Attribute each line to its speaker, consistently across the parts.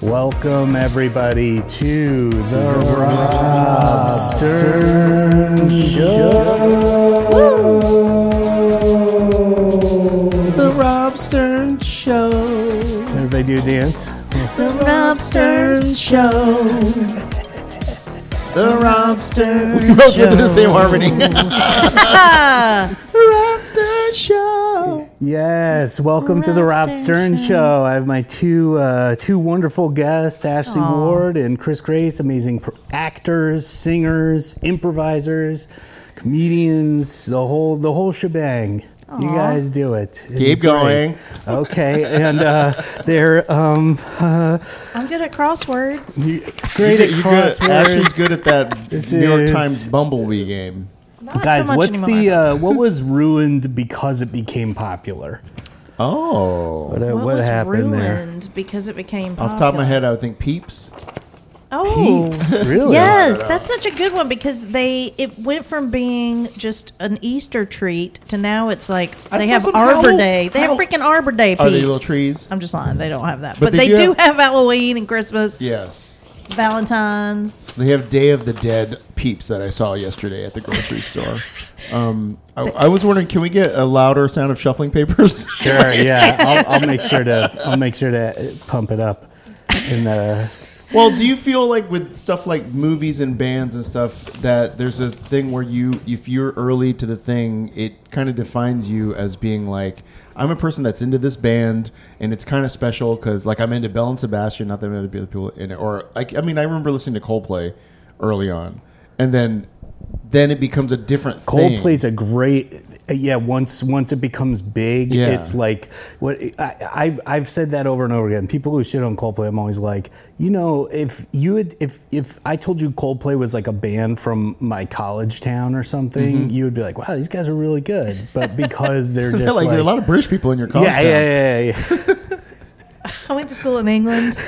Speaker 1: Welcome everybody to the Rob Stern Show.
Speaker 2: The Rob Stern Show.
Speaker 1: Everybody do a dance.
Speaker 2: The Rob Stern Show. The Rob Stern
Speaker 3: We both went to the same harmony.
Speaker 2: The Rob Stern Show.
Speaker 1: Yes, welcome to the Rob Stern Show. I have my two uh, two wonderful guests, Ashley Ward and Chris Grace, amazing pr- actors, singers, improvisers, comedians, the whole the whole shebang. You guys do it. It'd be great.
Speaker 3: Keep going.
Speaker 1: Okay, and uh, they're um, uh,
Speaker 4: I'm good at crosswords.
Speaker 1: you- great at
Speaker 3: You good? Ashley's
Speaker 1: crosswords.
Speaker 3: good at that
Speaker 1: This
Speaker 3: New York
Speaker 1: is-
Speaker 3: Times Bumblebee game.
Speaker 4: Not
Speaker 1: Guys,
Speaker 4: so much
Speaker 1: what's
Speaker 4: anymore.
Speaker 1: the uh, what was ruined because it became popular?
Speaker 3: Oh.
Speaker 1: What,
Speaker 4: what,
Speaker 1: uh, what
Speaker 4: was
Speaker 1: happened there?
Speaker 4: ruined because it became popular.
Speaker 3: Off the top of my head, I would think Peeps.
Speaker 4: Oh.
Speaker 1: Peeps, really?
Speaker 4: Yes, that's such a good one because they it went from being just an Easter treat to now it's like
Speaker 3: I
Speaker 4: they
Speaker 3: saw
Speaker 4: have
Speaker 3: some
Speaker 4: Arbor
Speaker 3: Hallow-
Speaker 4: Day. They have
Speaker 3: Hallow-
Speaker 4: freaking Arbor Day.
Speaker 3: Are they
Speaker 4: peeps.
Speaker 3: little trees?
Speaker 4: I'm just lying. They don't have that, but,
Speaker 3: they
Speaker 4: they,
Speaker 3: do
Speaker 4: do have, Halloween and Christmas,
Speaker 3: Yes.
Speaker 4: Valentine's.
Speaker 3: They have Day of the Dead Peeps that I saw yesterday at the grocery store. Um, I, I was wondering, can we get a louder sound of shuffling papers?
Speaker 1: Sure. Yeah, I'll, I'll make sure to I'll make sure to pump it up. And uh,
Speaker 3: Well, do you feel like with stuff like movies and bands and stuff that there's a thing where you, if you're early to the thing, it kind of defines you as being like, I'm a person that's into this band, and it's kind of special because like I'm into Bell and Sebastian, not that many other people in it, or like I mean, I remember listening to Coldplay early on, and then then it becomes a different thing.
Speaker 1: Coldplay's a great. Yeah, once once it becomes big,
Speaker 3: Yeah.
Speaker 1: it's like what I, I I've said that over and over again. People who shit on Coldplay, I'm always like, you know, if you had if if I told you Coldplay was like a band from my college town or something,
Speaker 3: Mm-hmm.
Speaker 1: you would be like, wow, these guys are really good. But because they're just
Speaker 3: Yeah, like,
Speaker 1: like,
Speaker 3: there are a lot of British people in your college.
Speaker 1: yeah, yeah, yeah, yeah, yeah.
Speaker 4: I went to school in England.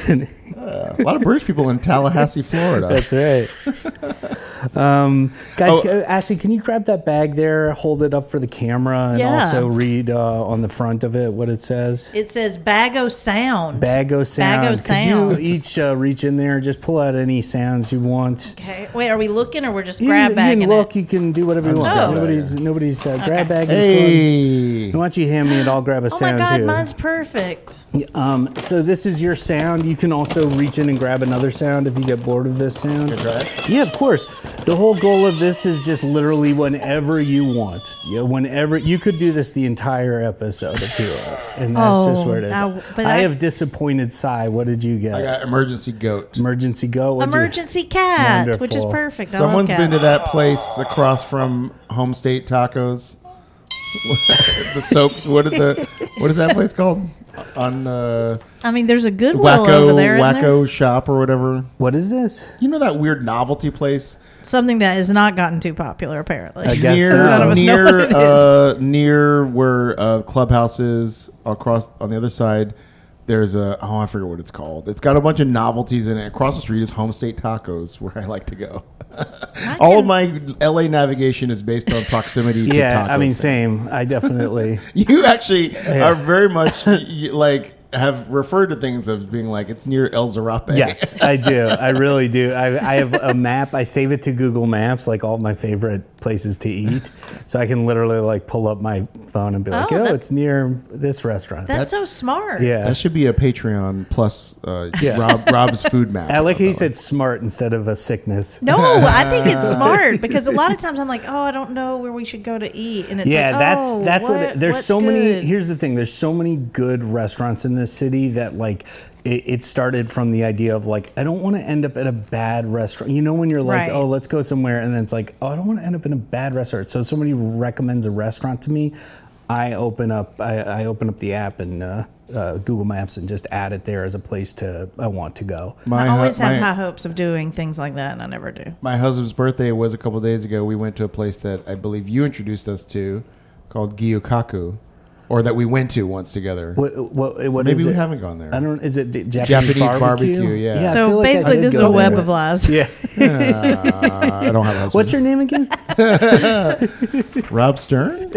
Speaker 3: A lot of British people in Tallahassee, Florida.
Speaker 1: That's right. um, guys,
Speaker 3: Oh.
Speaker 1: ca- Ashley, can you grab that bag there, hold it up for the camera, and
Speaker 4: Yeah.
Speaker 1: also read uh, on the front of it what it says?
Speaker 4: It says Bag O Sound.
Speaker 1: Bag o sound. Could
Speaker 4: sound.
Speaker 1: you each uh, reach in there? Just pull out any sounds you want.
Speaker 4: okay, wait, are we looking or we're just
Speaker 1: You
Speaker 4: grab
Speaker 1: can- you,
Speaker 4: bagging
Speaker 1: can
Speaker 4: it?
Speaker 1: look. You can do whatever you
Speaker 3: I'm just
Speaker 1: want.
Speaker 4: grabbing it.
Speaker 1: Nobody's nobody's uh, grab bag. is fun.
Speaker 3: hey.
Speaker 1: Why don't you hand me it? I'll grab a
Speaker 4: Oh my
Speaker 1: sound
Speaker 4: God,
Speaker 1: too.
Speaker 4: mine's perfect.
Speaker 1: Um, so this is your sound. You can also reach in and grab another sound if you get bored of this sound. Yeah, of course. The whole goal of this is just literally whenever you want. You know, whenever you could do this the entire episode if you want, and that's just
Speaker 4: Oh,
Speaker 1: where it is.
Speaker 4: I-
Speaker 1: I,
Speaker 4: but I-
Speaker 1: have disappointed Psy. What did you get?
Speaker 3: I got emergency goat.
Speaker 1: Emergency go. What'd you-
Speaker 4: Emergency cat, which is
Speaker 1: Wonderful.
Speaker 4: perfect. I love
Speaker 3: Someone's been to
Speaker 4: cats.
Speaker 3: that place across from Home State Tacos. the soap. What is the? What is that place called? On uh,
Speaker 4: I mean, there's a Goodwill
Speaker 3: Wacko
Speaker 4: over there, isn't there?
Speaker 3: Wacko Shop or whatever.
Speaker 1: What is this?
Speaker 3: You know that weird novelty place
Speaker 4: Something that has not gotten too popular, apparently.
Speaker 1: I guess
Speaker 3: near
Speaker 1: so. None of us know
Speaker 3: near
Speaker 4: what it is.
Speaker 3: uh, near where uh, Clubhouse is across on the other side. There's a oh I forget what it's called. It's got a bunch of novelties in it. Across the street is Home State Tacos, where I like to go.
Speaker 1: Oh
Speaker 3: All of my LA navigation is based on proximity to
Speaker 1: Yeah,
Speaker 3: tacos.
Speaker 1: I mean, same. I definitely.
Speaker 3: you actually are very much y- y- like have referred to things as being like it's near El Zarape.
Speaker 1: Yes, I do. I really do. I, I have a map. I save it to Google Maps, like all my favorite places to eat. So I can literally like pull up my phone and be like,
Speaker 4: Oh,
Speaker 1: "Oh,
Speaker 4: that-
Speaker 1: it's near this restaurant."
Speaker 4: That's so smart.
Speaker 1: yeah.
Speaker 3: That should be a Patreon plus uh,
Speaker 1: Yeah.
Speaker 3: Rob, Rob's food map.
Speaker 1: I like how
Speaker 3: That
Speaker 1: you
Speaker 3: one.
Speaker 1: said smart instead of a sickness.
Speaker 4: No, I think it's smart because a lot of times I'm like, oh, I don't know where we should go to eat, and it's
Speaker 1: yeah,
Speaker 4: like,
Speaker 1: that's
Speaker 4: oh,
Speaker 1: that's what,
Speaker 4: what-
Speaker 1: there's
Speaker 4: what's
Speaker 1: so
Speaker 4: good?
Speaker 1: many. Here's the thing: there's so many good restaurants in this city that like it, it started from the idea of like I don't want to end up at a bad restaurant. You know, when you're like,
Speaker 4: Right.
Speaker 1: oh, let's go somewhere, and then it's like, oh, I don't want to end up in a bad restaurant. So somebody recommends a restaurant to me, I open up I, I open up the app and uh, uh, Google Maps and just add it there as a place to I want to go.
Speaker 3: My
Speaker 4: I always
Speaker 3: hu-
Speaker 4: have
Speaker 3: my-
Speaker 4: high hopes of doing things like that, and I never do.
Speaker 3: My husband's birthday was a couple days ago. We went to a place that I believe you introduced us to, called Gyukaku, or that we went to once together.
Speaker 1: What, what, what
Speaker 3: Maybe
Speaker 1: is
Speaker 3: we
Speaker 1: it?
Speaker 3: haven't gone there.
Speaker 1: I don't. Is it d- Japanese,
Speaker 3: Japanese
Speaker 1: barbecue?
Speaker 3: barbecue, yeah.
Speaker 1: I
Speaker 4: so
Speaker 1: feel like I
Speaker 4: basically,
Speaker 1: did
Speaker 4: this is
Speaker 1: go
Speaker 4: a web
Speaker 1: there.
Speaker 4: of lies.
Speaker 1: Yeah.
Speaker 3: Uh, I don't have a husband.
Speaker 1: What's your name again?
Speaker 3: Rob Stern?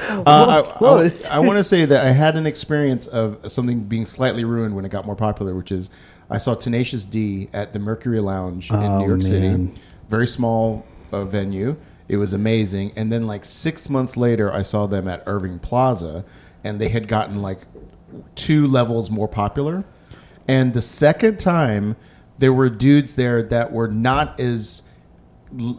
Speaker 3: Uh, I-
Speaker 1: Whoa,
Speaker 3: I,
Speaker 1: it's-
Speaker 3: want to say that I had an experience of something being slightly ruined when it got more popular, which is I saw Tenacious D at the Mercury Lounge in
Speaker 1: Oh,
Speaker 3: New
Speaker 1: man.
Speaker 3: York City. Very small uh, venue. It was amazing. And then, like, six months later, I saw them at Irving Plaza, and they had gotten, like, two levels more popular. And the second time, there were dudes there that were not as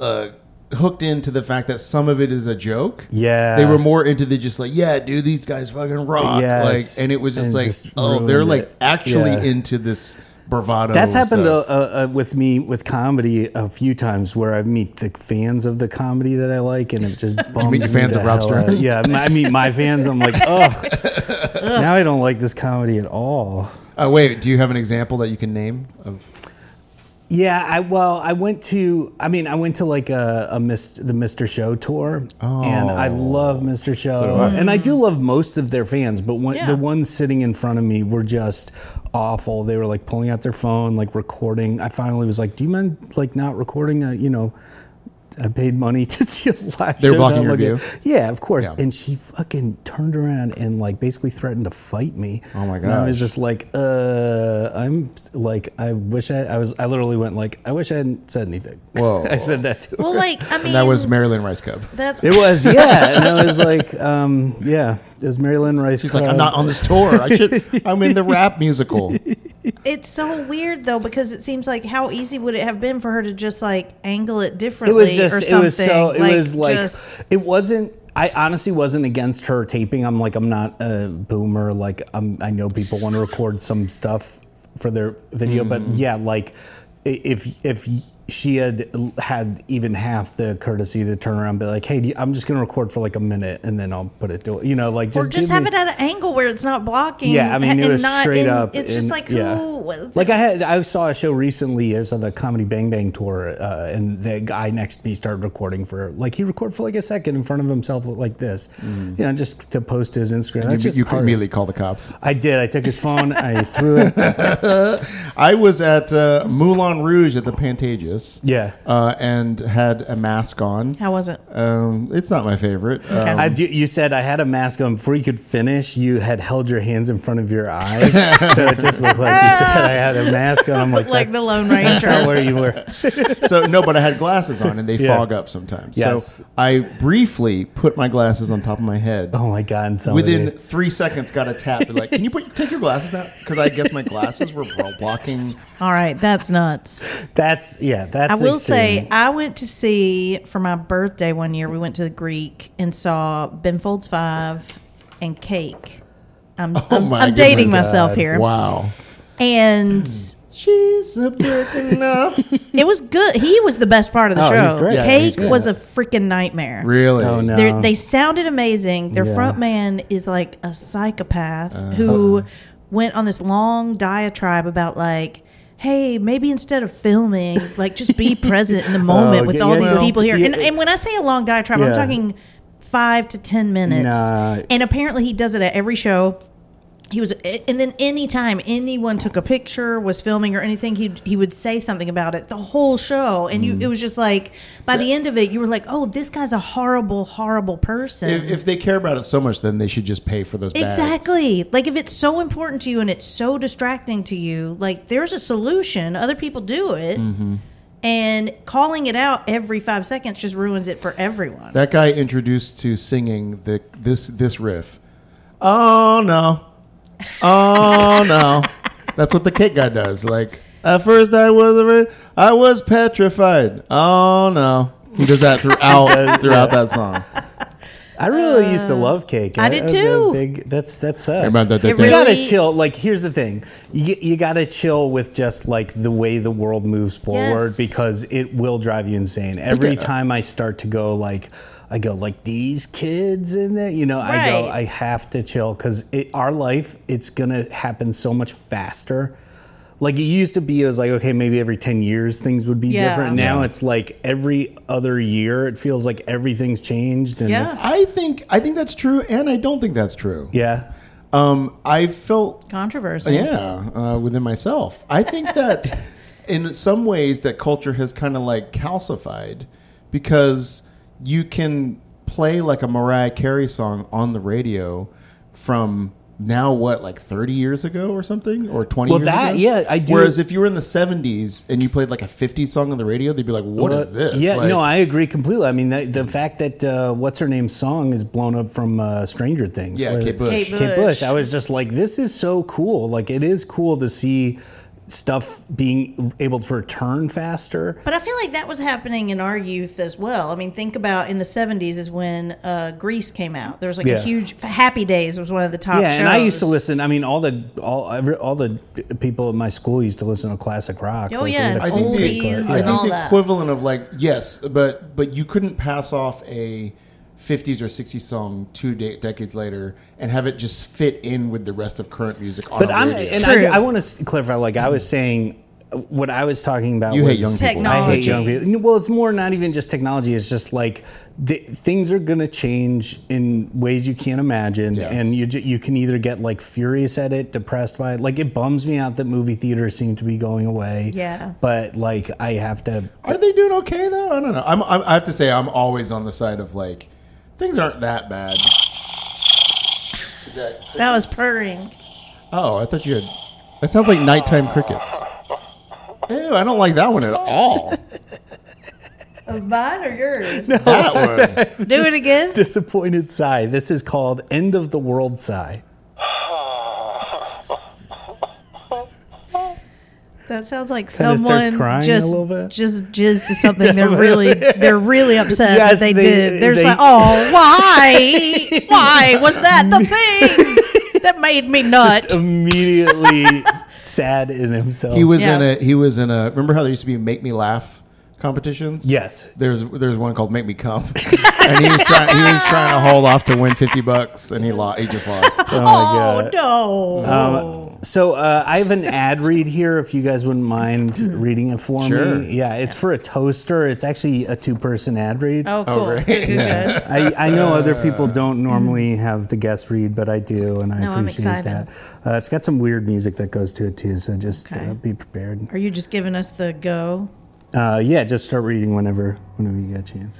Speaker 3: uh, hooked into the fact that some of it is a joke.
Speaker 1: Yeah.
Speaker 3: they were more into the just like, yeah, dude, these guys fucking rock.
Speaker 1: Yes.
Speaker 3: Like, and it was just
Speaker 1: And
Speaker 3: like,
Speaker 1: just
Speaker 3: oh,
Speaker 1: ruined
Speaker 3: they're
Speaker 1: it.
Speaker 3: like actually
Speaker 1: Yeah.
Speaker 3: into this bravado.
Speaker 1: That's happened uh,
Speaker 3: stuff.
Speaker 1: uh, uh, with me with comedy a few times where I meet the fans of the comedy that I like, and it just bums
Speaker 3: meet
Speaker 1: me
Speaker 3: fans
Speaker 1: the
Speaker 3: of Rob
Speaker 1: hell out.
Speaker 3: Stern?
Speaker 1: Yeah, my- I meet my fans. I'm like, oh, now I don't like this comedy at all.
Speaker 3: Uh, wait, do you have an example that you can name of?
Speaker 1: Yeah, I well, I went to. I mean, I went to like a, a Mist, the Mister Show tour, and I love Mister Show,
Speaker 3: Oh. do I.
Speaker 1: and I do love most of their fans. But when,
Speaker 4: Yeah.
Speaker 1: the ones sitting in front of me were just awful. They were like pulling out their phone, like recording. I finally was like, "Do you mind like not recording?" A, you know, I paid money to see a live.
Speaker 3: They were
Speaker 1: show,
Speaker 3: blocking
Speaker 1: not
Speaker 3: your
Speaker 1: look at-
Speaker 3: view?
Speaker 1: Yeah, of course.
Speaker 3: Yeah.
Speaker 1: And she fucking turned around and like basically threatened to fight me.
Speaker 3: Oh my
Speaker 1: And I was
Speaker 3: gosh.
Speaker 1: just like, uh, I'm like, I wish I, I was, I literally went like, I wish I hadn't said anything.
Speaker 3: Whoa.
Speaker 1: I said that to her.
Speaker 4: Well, like I mean,
Speaker 3: And that was Marilyn Rice Cub.
Speaker 4: that's
Speaker 1: It was, yeah. And I was like, um, yeah, it was Marilyn Rice.
Speaker 3: She's like, I'm not on this tour. I should. I'm in the rap musical.
Speaker 4: It's so weird though because it seems like how easy would it have been for her to just like angle it
Speaker 1: It
Speaker 4: differently
Speaker 1: was just,
Speaker 4: or
Speaker 1: it
Speaker 4: something?
Speaker 1: was so, it was like,
Speaker 4: just-
Speaker 1: it wasn't. I honestly wasn't against her taping. I'm like, I'm not a boomer. Like, I'm, I know people want to record some stuff for their video, but yeah, like, i- if if she had had even half the courtesy to turn around, and be like, hey, do you, I'm just gonna record for like a minute and then I'll put it to, you know, like, just
Speaker 4: or just
Speaker 1: give
Speaker 4: have
Speaker 1: me-
Speaker 4: it at an angle where it's not blocking.
Speaker 1: Yeah, I mean, it
Speaker 4: and
Speaker 1: was
Speaker 4: not
Speaker 1: straight
Speaker 4: in-
Speaker 1: up.
Speaker 4: It's just
Speaker 1: in-
Speaker 4: like
Speaker 1: yeah.
Speaker 4: who?
Speaker 1: Like I had, I saw a show recently. It was on the Comedy Bang Bang tour, uh, and the guy next to me started recording for like he recorded for like a second in front of himself like this, you know, just to post to his Instagram. That's
Speaker 3: Mm. you
Speaker 1: just
Speaker 3: you
Speaker 1: part of-
Speaker 3: immediately call the cops.
Speaker 1: I did. I took his phone. I threw it.
Speaker 3: I was at uh, Moulin Rouge at the Pantages.
Speaker 1: Yeah.
Speaker 3: Uh, and had a mask on.
Speaker 4: how was it?
Speaker 3: Um, it's not my favorite. Um,
Speaker 1: I do, you said I had a mask on before you could finish. You had held your hands in front of your eyes, so it just looked like you said I had a mask on. I'm like,
Speaker 4: Like
Speaker 1: that's-
Speaker 4: the Lone
Speaker 1: that's not
Speaker 4: Ranger.
Speaker 1: where you were.
Speaker 3: so no, but I had glasses on and they
Speaker 1: Yeah.
Speaker 3: fog up sometimes.
Speaker 1: Yes.
Speaker 3: So I briefly put my glasses on top of my head.
Speaker 1: Oh my god! and somebody-
Speaker 3: Within three seconds, got a tap. They're like, "Can you put take your glasses down?" Because I guess my glasses were bro- blocking.
Speaker 4: All right, that's nuts.
Speaker 1: that's yeah, that's.
Speaker 4: I will
Speaker 1: extreme.
Speaker 4: say, I went to see for my birthday one year. We went to the Greek and saw Ben Folds Five and Cake. I'm,
Speaker 1: Oh
Speaker 4: I'm,
Speaker 3: my
Speaker 4: I'm dating
Speaker 3: goodness.
Speaker 4: myself here,
Speaker 3: Wow.
Speaker 4: and
Speaker 3: She's a breaking up.
Speaker 4: it was good. He was the best part of the
Speaker 1: Oh,
Speaker 4: show.
Speaker 1: he's great.
Speaker 3: Yeah, he's
Speaker 4: Cake
Speaker 3: great.
Speaker 4: was a freaking nightmare.
Speaker 3: Really?
Speaker 1: Oh, no.
Speaker 4: They're- They sounded amazing. Their
Speaker 1: Yeah. Uh,
Speaker 4: front man is like a psychopath who went on this long diatribe about like, hey, maybe instead of filming, like just be present in the moment with
Speaker 1: Oh, yeah,
Speaker 4: all
Speaker 1: yeah,
Speaker 4: these
Speaker 1: well,
Speaker 4: people here. And,
Speaker 1: yeah.
Speaker 4: and when I say a long diatribe,
Speaker 1: Yeah.
Speaker 4: I'm talking five to ten minutes.
Speaker 1: Nah.
Speaker 4: And apparently, he does it at every show. He was, and then anytime anyone took a picture, was filming or anything, he he would say something about it the whole show, and you
Speaker 3: Mm-hmm.
Speaker 4: it was just like by the end of it, you were like, oh, this guy's a horrible, horrible person.
Speaker 3: If, if they care about it so much, then they should just pay for those. bags.
Speaker 4: Exactly. Like if it's so important to you and it's so distracting to you, like there's a solution. Other people do it.
Speaker 3: Mm-hmm.
Speaker 4: And calling it out every 5 seconds just ruins it for everyone.
Speaker 3: That guy introduced to singing the this this riff. Oh no. Oh no. That's what the cake guy does. Like at first I was afraid I was petrified. Oh no. He does that throughout throughout that song.
Speaker 1: I really used to love cake.
Speaker 4: Uh, I did
Speaker 1: was a
Speaker 4: too.
Speaker 1: big- that's that's sucks.
Speaker 4: It
Speaker 1: You
Speaker 4: really-
Speaker 1: gotta chill. Like, here's the thing: you, you gotta chill with just like the way the world moves forward
Speaker 4: Yes.
Speaker 1: because it will drive you insane. Every
Speaker 3: Okay.
Speaker 1: time I start to go like, I go like these kids in there, you know, I go,
Speaker 4: Right.
Speaker 1: I have to chill because our life it's gonna happen so much faster. Like it used to be, it was like okay, maybe every ten years things would be
Speaker 4: Yeah.
Speaker 1: different. Now
Speaker 3: Yeah.
Speaker 1: it's like every other year, it feels like everything's changed. And
Speaker 4: Yeah.
Speaker 3: I think I think that's true and I don't think that's true.
Speaker 1: yeah.
Speaker 3: Um I felt
Speaker 1: Oh,
Speaker 4: Controversy.
Speaker 3: Yeah, uh, within myself. I think that in some ways that culture has kind of like calcified because you can play like a Mariah Carey song on the radio from now what like 30 years ago or something or 20
Speaker 1: Well,
Speaker 3: years
Speaker 1: that-
Speaker 3: ago?
Speaker 1: yeah, I do-
Speaker 3: whereas if you were in the 70s and you played like a 50s song on the radio they'd be like what is
Speaker 1: But-
Speaker 3: this
Speaker 1: Yeah,
Speaker 3: Like,
Speaker 1: no, I agree completely. I mean, that, the fact that uh, what's her name's song is blown up from uh, Stranger Things.
Speaker 3: Yeah,
Speaker 1: was-
Speaker 3: Kate Bush.
Speaker 4: Kate Bush.
Speaker 1: Kate Bush. I was just like, this is so cool. Like, it is cool to see stuff being able to return faster.
Speaker 4: But I feel like that was happening in our youth as well. I mean, think about in the 70s is when uh, Grease came out. There was like
Speaker 1: Yeah.
Speaker 4: a huge Happy Days was one of the top
Speaker 1: yeah,
Speaker 4: shows.
Speaker 1: and I used to listen. I mean, all the all every, all the people at my school used to listen to classic rock.
Speaker 4: Oh,
Speaker 1: like,
Speaker 4: yeah,
Speaker 1: in
Speaker 3: I think the,
Speaker 4: oldies
Speaker 3: I think
Speaker 4: and all
Speaker 3: the
Speaker 4: that.
Speaker 3: equivalent of like yes, but but you couldn't pass off a 50s or 60s song two de- decades later and have it just fit in with the rest of current music on
Speaker 1: But
Speaker 3: a
Speaker 1: I'm
Speaker 3: radio.
Speaker 1: and
Speaker 4: True.
Speaker 1: I, I want to clarify. Like I was saying, what I was talking about.
Speaker 3: you
Speaker 1: was
Speaker 3: hate young people.
Speaker 4: Technology.
Speaker 1: I hate young people. No, Well, it's more not even just technology. It's just like the, things are going to change in ways you can't imagine,
Speaker 3: Yes.
Speaker 1: and you ju- you can either get like furious at it, depressed by it. Like it bums me out that movie theaters seem to be going away.
Speaker 4: Yeah.
Speaker 1: but like I have to.
Speaker 3: Are they doing okay though? I don't know. I'm, I'm I have to say I'm always on the side of like things aren't that bad. Is that
Speaker 4: That was purring.
Speaker 3: Oh, I thought you had That sounds like nighttime crickets. Ew, I don't like that one at all.
Speaker 4: Of mine or yours?
Speaker 3: That one.
Speaker 4: Do it again.
Speaker 1: Disappointed sigh. This is called end of the world sigh.
Speaker 4: That sounds like
Speaker 1: Kinda starts
Speaker 4: someone
Speaker 1: crying a
Speaker 4: just
Speaker 1: little bit.
Speaker 4: just jizzed to something. they're really they're really upset
Speaker 1: Yes,
Speaker 4: that they,
Speaker 1: they-
Speaker 4: did. They're just
Speaker 1: they-
Speaker 4: like, oh, why? why was that the thing that made me nut?
Speaker 1: Immediately sad in himself.
Speaker 3: He was
Speaker 4: Yeah.
Speaker 3: in a he was in a remember how there used to be make me laugh competitions?
Speaker 1: Yes.
Speaker 3: There's there's one called Make Me Come. and he was trying he was trying to hold off to win 50 bucks and he lost he just lost.
Speaker 1: Oh, my God.
Speaker 4: Oh no!
Speaker 1: Um,
Speaker 4: Oh.
Speaker 1: So uh, I have an ad read here, if you guys wouldn't mind reading it for
Speaker 3: Sure.
Speaker 1: me. Yeah, it's for a toaster. It's actually a two-person ad read.
Speaker 4: oh, cool.
Speaker 3: right.
Speaker 4: Good, good, good.
Speaker 1: I, I know other people don't normally have the guest read, but I do, and I
Speaker 4: No, I'm
Speaker 1: appreciate
Speaker 4: excited.
Speaker 1: that. Uh, it's got some weird music that goes to it too, so just
Speaker 4: Okay.
Speaker 1: uh, be prepared.
Speaker 4: Are you just giving us the go?
Speaker 1: Uh, yeah, just start reading whenever whenever you get a chance.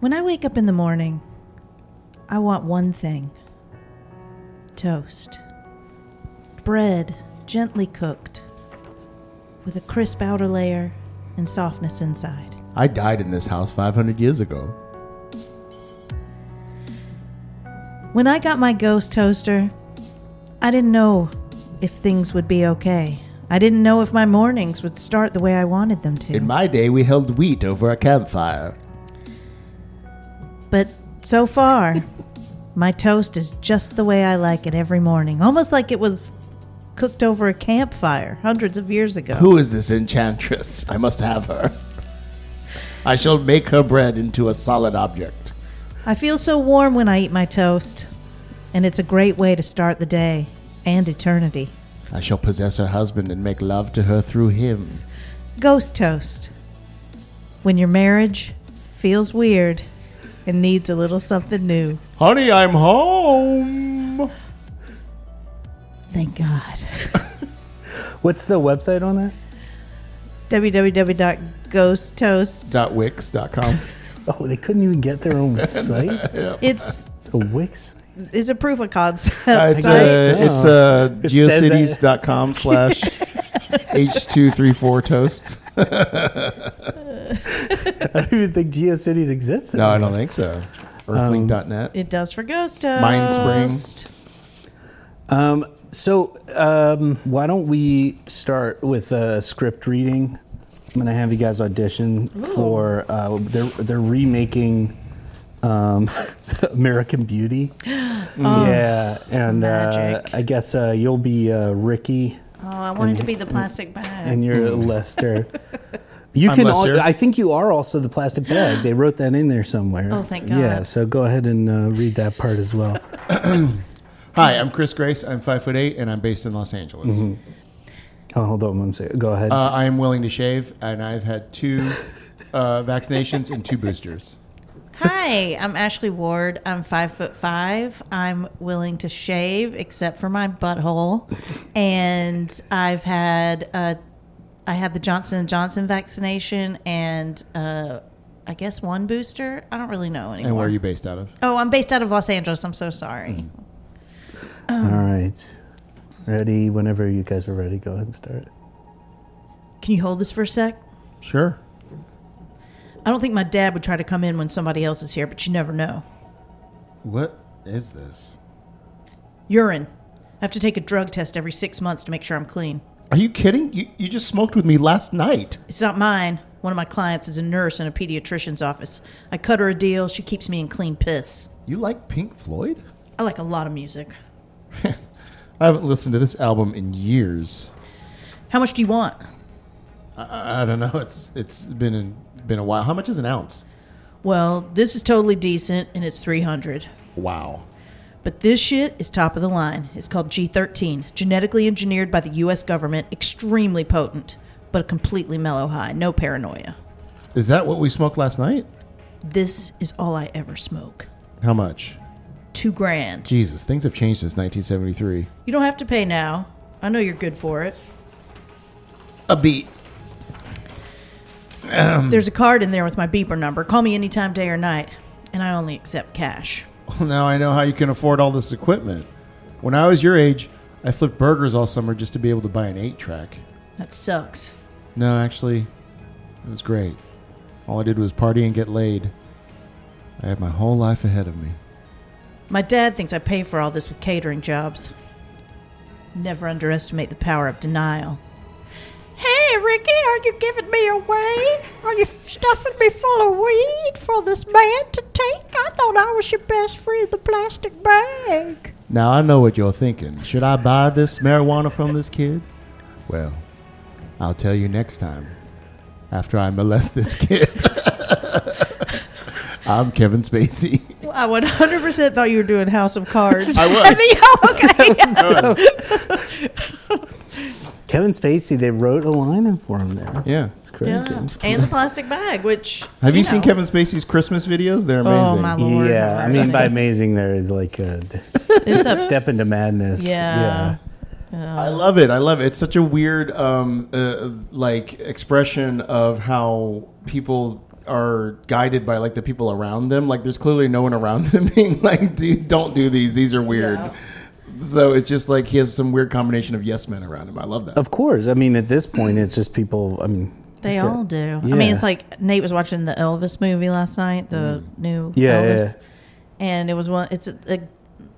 Speaker 4: When I wake up in the morning, I want one thing toast. Bread, gently cooked, with a crisp outer layer and softness inside.
Speaker 3: I died in this house 500 years ago.
Speaker 4: When I got my ghost toaster, I didn't know if things would be okay. I didn't know if my mornings would start the way I wanted them to.
Speaker 3: In my day, we held wheat over a campfire.
Speaker 4: But so far, my toast is just the way I like it every morning, almost like it was cooked over a campfire hundreds of years ago.
Speaker 3: Who is this enchantress? I must have her. I shall make her bread into a solid object.
Speaker 4: I feel so warm when I eat my toast, and it's a great way to start the day and eternity.
Speaker 3: I shall possess her husband and make love to her through him.
Speaker 4: Ghost toast. When your marriage feels weird and needs a little something new.
Speaker 3: Honey, I'm home.
Speaker 4: Thank God.
Speaker 1: What's the website on that?
Speaker 4: www.ghosttoast.
Speaker 3: Dot wix dot com.
Speaker 1: Oh, they couldn't even get their own site.
Speaker 4: It's
Speaker 1: It's a Wix. site.
Speaker 4: it's a proof of concept.
Speaker 3: it's
Speaker 4: site.
Speaker 3: uh, it's uh,
Speaker 1: It says that-
Speaker 3: geocities.com slash H234 toast.
Speaker 1: I don't even think GeoCities exists.
Speaker 3: No, I don't think so. Earthlink.net.
Speaker 4: It does for ghost toast.
Speaker 3: Mind spring.
Speaker 1: Um, so um, why don't we start with uh, script reading? I'm gonna have you guys audition for uh, they're they're remaking um, American Beauty. Mm. yeah, and uh,
Speaker 4: Oh, magic.
Speaker 1: I guess uh, you'll be uh, Ricky
Speaker 4: Oh, I wanted to be the plastic bag.
Speaker 1: and you're Lester. You
Speaker 3: Hmm. I'm
Speaker 1: can. al-
Speaker 3: Lester.
Speaker 1: I think you are also the plastic bag. They wrote that in there somewhere.
Speaker 4: Oh, thank
Speaker 1: Yeah.
Speaker 4: God.
Speaker 1: So go ahead and uh, read that part as well.
Speaker 3: Hi, I'm Chris Grace. I'm five foot eight, and I'm based in Los Angeles.
Speaker 1: Oh, hold on one second. Go ahead.
Speaker 3: Uh, I am willing to shave, and I've had two uh, vaccinations and two boosters.
Speaker 4: Hi, I'm Ashley Ward. I'm five foot five. I'm willing to shave except for my butthole, and I've had uh, I had the Johnson and Johnson vaccination, and uh, I guess one booster. I don't really know anymore.
Speaker 3: And where are you based out of?
Speaker 4: Oh, I'm based out of Los Angeles. I'm so sorry.
Speaker 3: Mm-hmm.
Speaker 4: Um,
Speaker 1: All right. Ready? Whenever you guys are ready, go ahead and start.
Speaker 4: Can you hold this for a sec?
Speaker 3: Sure.
Speaker 4: I don't think my dad would try to come in when somebody else is here, but you never know.
Speaker 3: What is this?
Speaker 4: Urine. I have to take a drug test every six months to make sure I'm clean.
Speaker 3: Are you kidding? You, you just smoked with me last night.
Speaker 4: It's not mine. One of my clients is a nurse in a pediatrician's office. I cut her a deal. She keeps me in clean piss.
Speaker 3: You like Pink Floyd?
Speaker 4: I like a lot of music.
Speaker 3: I haven't listened to this album in years.
Speaker 4: How much do you want?
Speaker 3: I, I don't know. It's it's been in, been a while. How much is an ounce?
Speaker 4: Well, this is totally decent and it's 300.
Speaker 3: Wow.
Speaker 4: But this shit is top of the line. It's called G13, genetically engineered by the US government, extremely potent, but a completely mellow high, no paranoia.
Speaker 3: Is that what we smoked last night?
Speaker 4: This is all I ever smoke.
Speaker 3: How much?
Speaker 4: Two grand.
Speaker 3: Jesus, things have changed since 1973.
Speaker 4: You don't have to pay now. I know you're good for it.
Speaker 3: A beat.
Speaker 4: There's a card in there with my beeper number. Call me anytime, day or night, and I only accept cash.
Speaker 3: Now I know how you can afford all this equipment. When I was your age, I flipped burgers all summer just to be able to buy an eight track.
Speaker 4: That sucks.
Speaker 3: No, actually, it was great. All I did was party and get laid. I had my whole life ahead of me.
Speaker 4: My dad thinks I pay for all this with catering jobs. Never underestimate the power of denial. Hey, Ricky, are you giving me away? Are you stuffing me full of weed for this man to take? I thought I was your best friend, the plastic bag.
Speaker 3: Now I know what you're thinking. Should I buy this marijuana from this kid? Well, I'll tell you next time after I molest this kid. I'm Kevin Spacey.
Speaker 4: Well, I 100% thought you were doing House of Cards. I
Speaker 3: was.
Speaker 4: okay.
Speaker 1: Kevin Spacey, they wrote a line in for him there.
Speaker 3: Yeah.
Speaker 1: It's crazy.
Speaker 4: Yeah, And the plastic bag, which.
Speaker 3: Have you, seen
Speaker 4: know.
Speaker 3: Kevin Spacey's Christmas videos? They're
Speaker 4: Oh,
Speaker 3: amazing.
Speaker 4: my lord.
Speaker 1: Yeah, I mean, by
Speaker 4: mercy.
Speaker 1: amazing, there is like a d-
Speaker 4: It's a
Speaker 1: step into madness.
Speaker 4: Yeah. Uh,
Speaker 3: I love it. I love it. It's such a weird, um, uh, like expression of how people are guided by like the people around them. Like, there's clearly no one around him being like, "Dude, "Don't do these. These are weird."
Speaker 4: Yeah.
Speaker 3: So it's just like he has some weird combination of yes men around him. I love that.
Speaker 1: Of course. I mean, at this point, it's just people. I mean,
Speaker 4: They
Speaker 1: just get-
Speaker 4: all do.
Speaker 1: Yeah. Mm.
Speaker 4: I mean, it's like Nate was watching the Elvis movie last night, the new
Speaker 1: Yeah,
Speaker 4: Elvis,
Speaker 1: yeah.
Speaker 4: and it was one. It's a, a,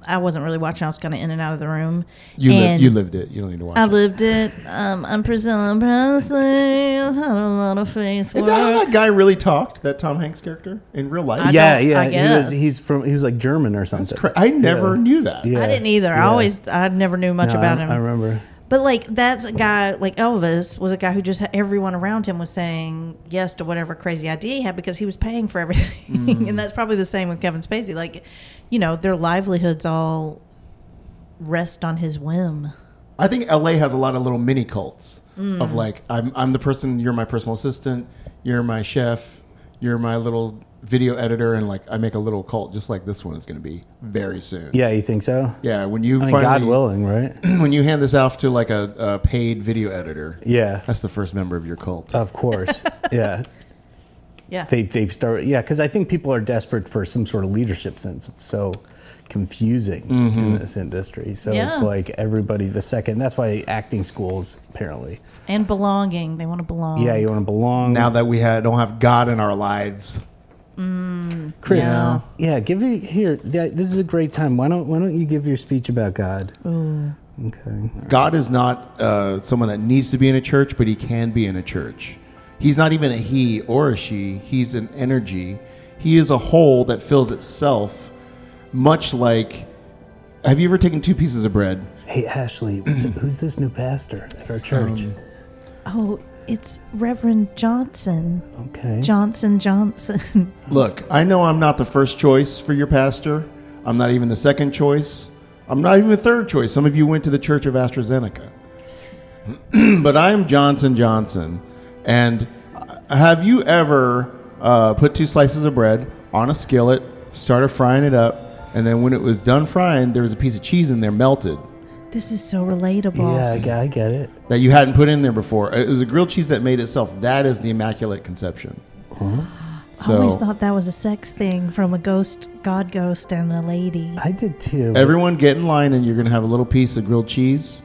Speaker 4: I wasn't really watching. I was kind of in and out of the room.
Speaker 3: You
Speaker 4: and
Speaker 3: li- you lived it. You don't need to watch.
Speaker 4: I
Speaker 3: it.
Speaker 4: lived it. Um, I'm Priscilla Presley. I've had a lot of face
Speaker 3: Is that how
Speaker 4: work.
Speaker 3: that guy really talked? That Tom Hanks character in real life?
Speaker 4: I
Speaker 1: yeah,
Speaker 4: don't-
Speaker 1: yeah.
Speaker 4: I
Speaker 1: He was,
Speaker 4: guess.
Speaker 1: he's from. He was like German or something.
Speaker 3: Cra- I never
Speaker 1: Yeah.
Speaker 3: knew that.
Speaker 1: Yeah.
Speaker 4: I didn't either. I
Speaker 1: Yeah.
Speaker 4: always, I never knew much
Speaker 1: No,
Speaker 4: about
Speaker 1: I,
Speaker 4: him.
Speaker 1: I remember.
Speaker 4: But like that's a guy like Elvis was a guy who just everyone around him was saying yes to whatever crazy idea he had because he was paying for everything,
Speaker 1: Mm.
Speaker 4: and that's probably the same with Kevin Spacey. Like, you know, their livelihoods all rest on his whim.
Speaker 3: I think LA has a lot of little mini cults
Speaker 1: Mm.
Speaker 3: of like I'm I'm the person you're my personal assistant, you're my chef, you're my little video editor and like I make a little cult just like this one is going to be very soon.
Speaker 1: Yeah, you think so?
Speaker 3: Yeah, when you
Speaker 1: I mean,
Speaker 3: finally
Speaker 1: God willing, right?
Speaker 3: when you hand this off to like a, a paid video editor,
Speaker 1: Yeah, Uh,
Speaker 3: that's the first member of your cult.
Speaker 1: of course. yeah,
Speaker 4: Yeah,
Speaker 1: they they've started. Yeah, because I think people are desperate for some sort of leadership since it's so confusing in this industry. So
Speaker 4: Yeah.
Speaker 1: it's like everybody the second. That's why acting schools apparently.
Speaker 4: and belonging. They want to belong.
Speaker 1: Yeah, you want to belong.
Speaker 3: now that we ha don't have God in our lives,
Speaker 1: Chris,
Speaker 4: Yeah.
Speaker 1: yeah, give it here. Yeah, this is a great time. Why don't Why don't you give your speech about God? Okay.
Speaker 3: God is not uh, someone that needs to be in a church, but he can be in a church. He's not even a he or a she. He's an energy. He is a whole that fills itself, much like. Have you ever taken two pieces of bread?
Speaker 1: Hey Ashley, what's who's this new pastor at our church?
Speaker 4: Oh, it's Reverend Johnson,
Speaker 1: okay.
Speaker 4: Johnson Johnson.
Speaker 3: Look, I know I'm not the first choice for your pastor. I'm not even the second choice. I'm not even the third choice. Some of you went to the Church of AstraZeneca. but I'm Johnson Johnson. And have you ever uh, put two slices of bread on a skillet, started frying it up, and then when it was done frying, there was a piece of cheese in there melted
Speaker 4: this is so relatable.
Speaker 1: yeah, I get, I get it.
Speaker 3: that you hadn't put in there before? It was a grilled cheese that made itself. That is Uh-huh. the Immaculate Conception.
Speaker 4: I
Speaker 3: So
Speaker 4: always thought that was a sex thing from a ghost, god ghost, and a lady.
Speaker 1: I did too.
Speaker 3: everyone get in line, and you're gonna have a little piece of grilled cheese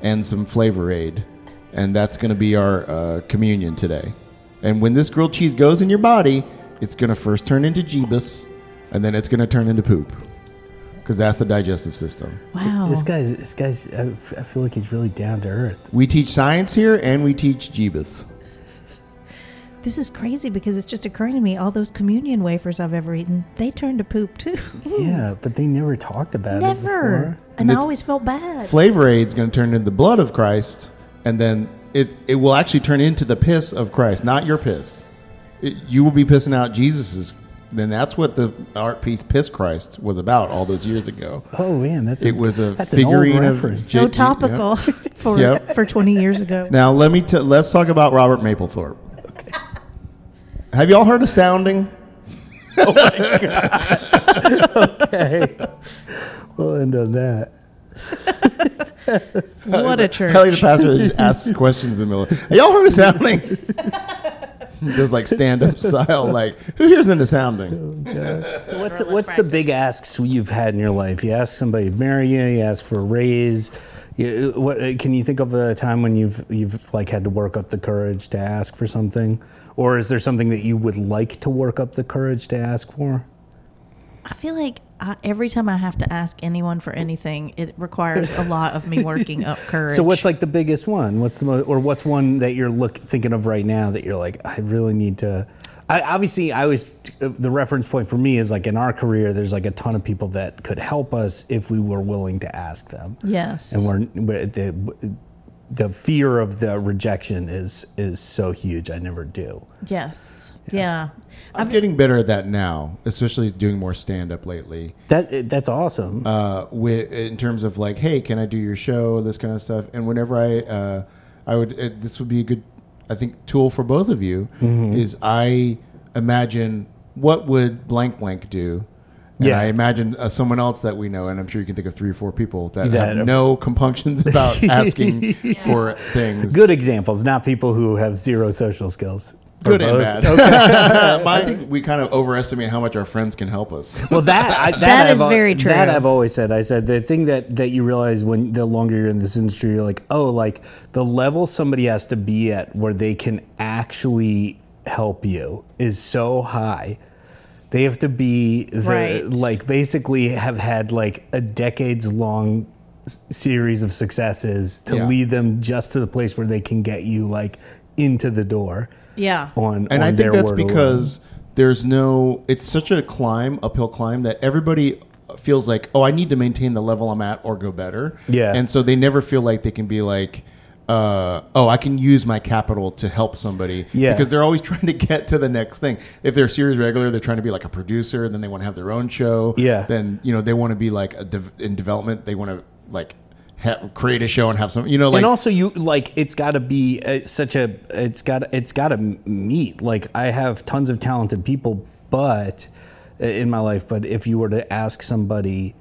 Speaker 3: and some flavor aid, and that's gonna be our uh, communion today. And when this grilled cheese goes in your body, it's gonna first turn into jeebus, and then it's gonna turn into poop, because that's the digestive system.
Speaker 4: Wow.
Speaker 1: This guy's, this guy's, I, f- I feel like he's really down to earth.
Speaker 3: We teach science here, and we teach jeebus.
Speaker 4: This is crazy because it's just occurring to me all those communion wafers I've ever eaten, they turn to poop too.
Speaker 1: Yeah, but they never talked about it
Speaker 4: Never.
Speaker 1: before.
Speaker 4: And I
Speaker 3: it's-
Speaker 4: always felt bad.
Speaker 3: Flavor aid's gonna turn into the blood of Christ, and then it it will actually turn into the piss of Christ, not your piss. It- you will be pissing out Jesus's. Then that's what the art piece "Piss Christ" was about all those years ago.
Speaker 1: Oh man, that's
Speaker 3: It was a
Speaker 1: that's
Speaker 3: figurine
Speaker 1: an old
Speaker 3: of
Speaker 1: reference.
Speaker 4: so
Speaker 3: J-
Speaker 4: topical for
Speaker 3: Yep.
Speaker 4: for 20 years ago.
Speaker 3: Now let me t- let's talk about Robert Mapplethorpe. Have y'all heard of sounding?
Speaker 1: okay, we'll end on that.
Speaker 4: What a church.
Speaker 3: Kelly the pastor just asks questions in the middle. Have y'all heard of sounding? Just like stand up style, like who here's into sounding?
Speaker 1: So what's what's the big asks you've had in your life? You ask somebody to marry you. You ask for a raise. You, what uh, can you think of a time when you've you've like had to work up the courage to ask for something, or is there something that you would like to work up the courage to ask for?
Speaker 4: I feel like I, every time I have to ask anyone for anything, it requires a lot of me working up courage.
Speaker 1: So what's like the biggest one? What's the mo- or what's one that you're look thinking of right now that you're like I really need to. I, obviously, I always uh, the reference point for me is like in our career. There's like a ton of people that could help us if we were willing to ask them.
Speaker 4: Yes.
Speaker 1: and we're but the the fear of the rejection is is so huge. I never do.
Speaker 4: yes. yeah.
Speaker 3: I'm getting better at that now, especially doing more stand up lately.
Speaker 1: That that's awesome.
Speaker 3: uh, with, in terms of like, hey, can I do your show? This kind of stuff. And whenever I, uh, I would, uh, this would be a good, I think, tool for both of you. Is I imagine what would blank blank do. And
Speaker 1: Yeah.
Speaker 3: I imagine uh, someone else that we know, and I'm sure you can think of three or four people that,
Speaker 1: That-
Speaker 3: have no compunctions about asking for things.
Speaker 1: Good examples, not people who have zero social skills. Or
Speaker 3: good and
Speaker 1: both.
Speaker 3: bad. But I think we kind of overestimate how much our friends can help us.
Speaker 1: Well, that I, that,
Speaker 4: That
Speaker 1: I've
Speaker 4: is
Speaker 1: al-
Speaker 4: very
Speaker 1: That
Speaker 4: true.
Speaker 1: I've always said. I said the thing that that you realize when the longer you're in this industry, you're like, oh, like the level somebody has to be at where they can actually help you is so high. They have to be the,
Speaker 4: Right.
Speaker 1: like basically have had like a decades long series of successes to
Speaker 3: Yeah.
Speaker 1: lead them just to the place where they can get you like into the door
Speaker 4: Yeah.
Speaker 1: on on
Speaker 3: and I
Speaker 1: their
Speaker 3: think that's
Speaker 1: word alone.
Speaker 3: because there's no. It's such a climb, uphill climb, that everybody feels like, oh, I need to maintain the level I'm at or go better.
Speaker 1: Yeah.
Speaker 3: and so they never feel like they can be like. Uh, oh, I can use my capital to help somebody.
Speaker 1: Yeah.
Speaker 3: Because they're always trying to get to the next thing. If they're series regular, they're trying to be like a producer. Then they want to have their own show.
Speaker 1: Yeah.
Speaker 3: Then, you know, they want to be like a dev- in development. They want to like ha- create a show and have some, you know, like.
Speaker 1: and also you like it's got to be uh, such a it's got it's got to meet like i have tons of talented people but uh, in my life but if you were to ask somebody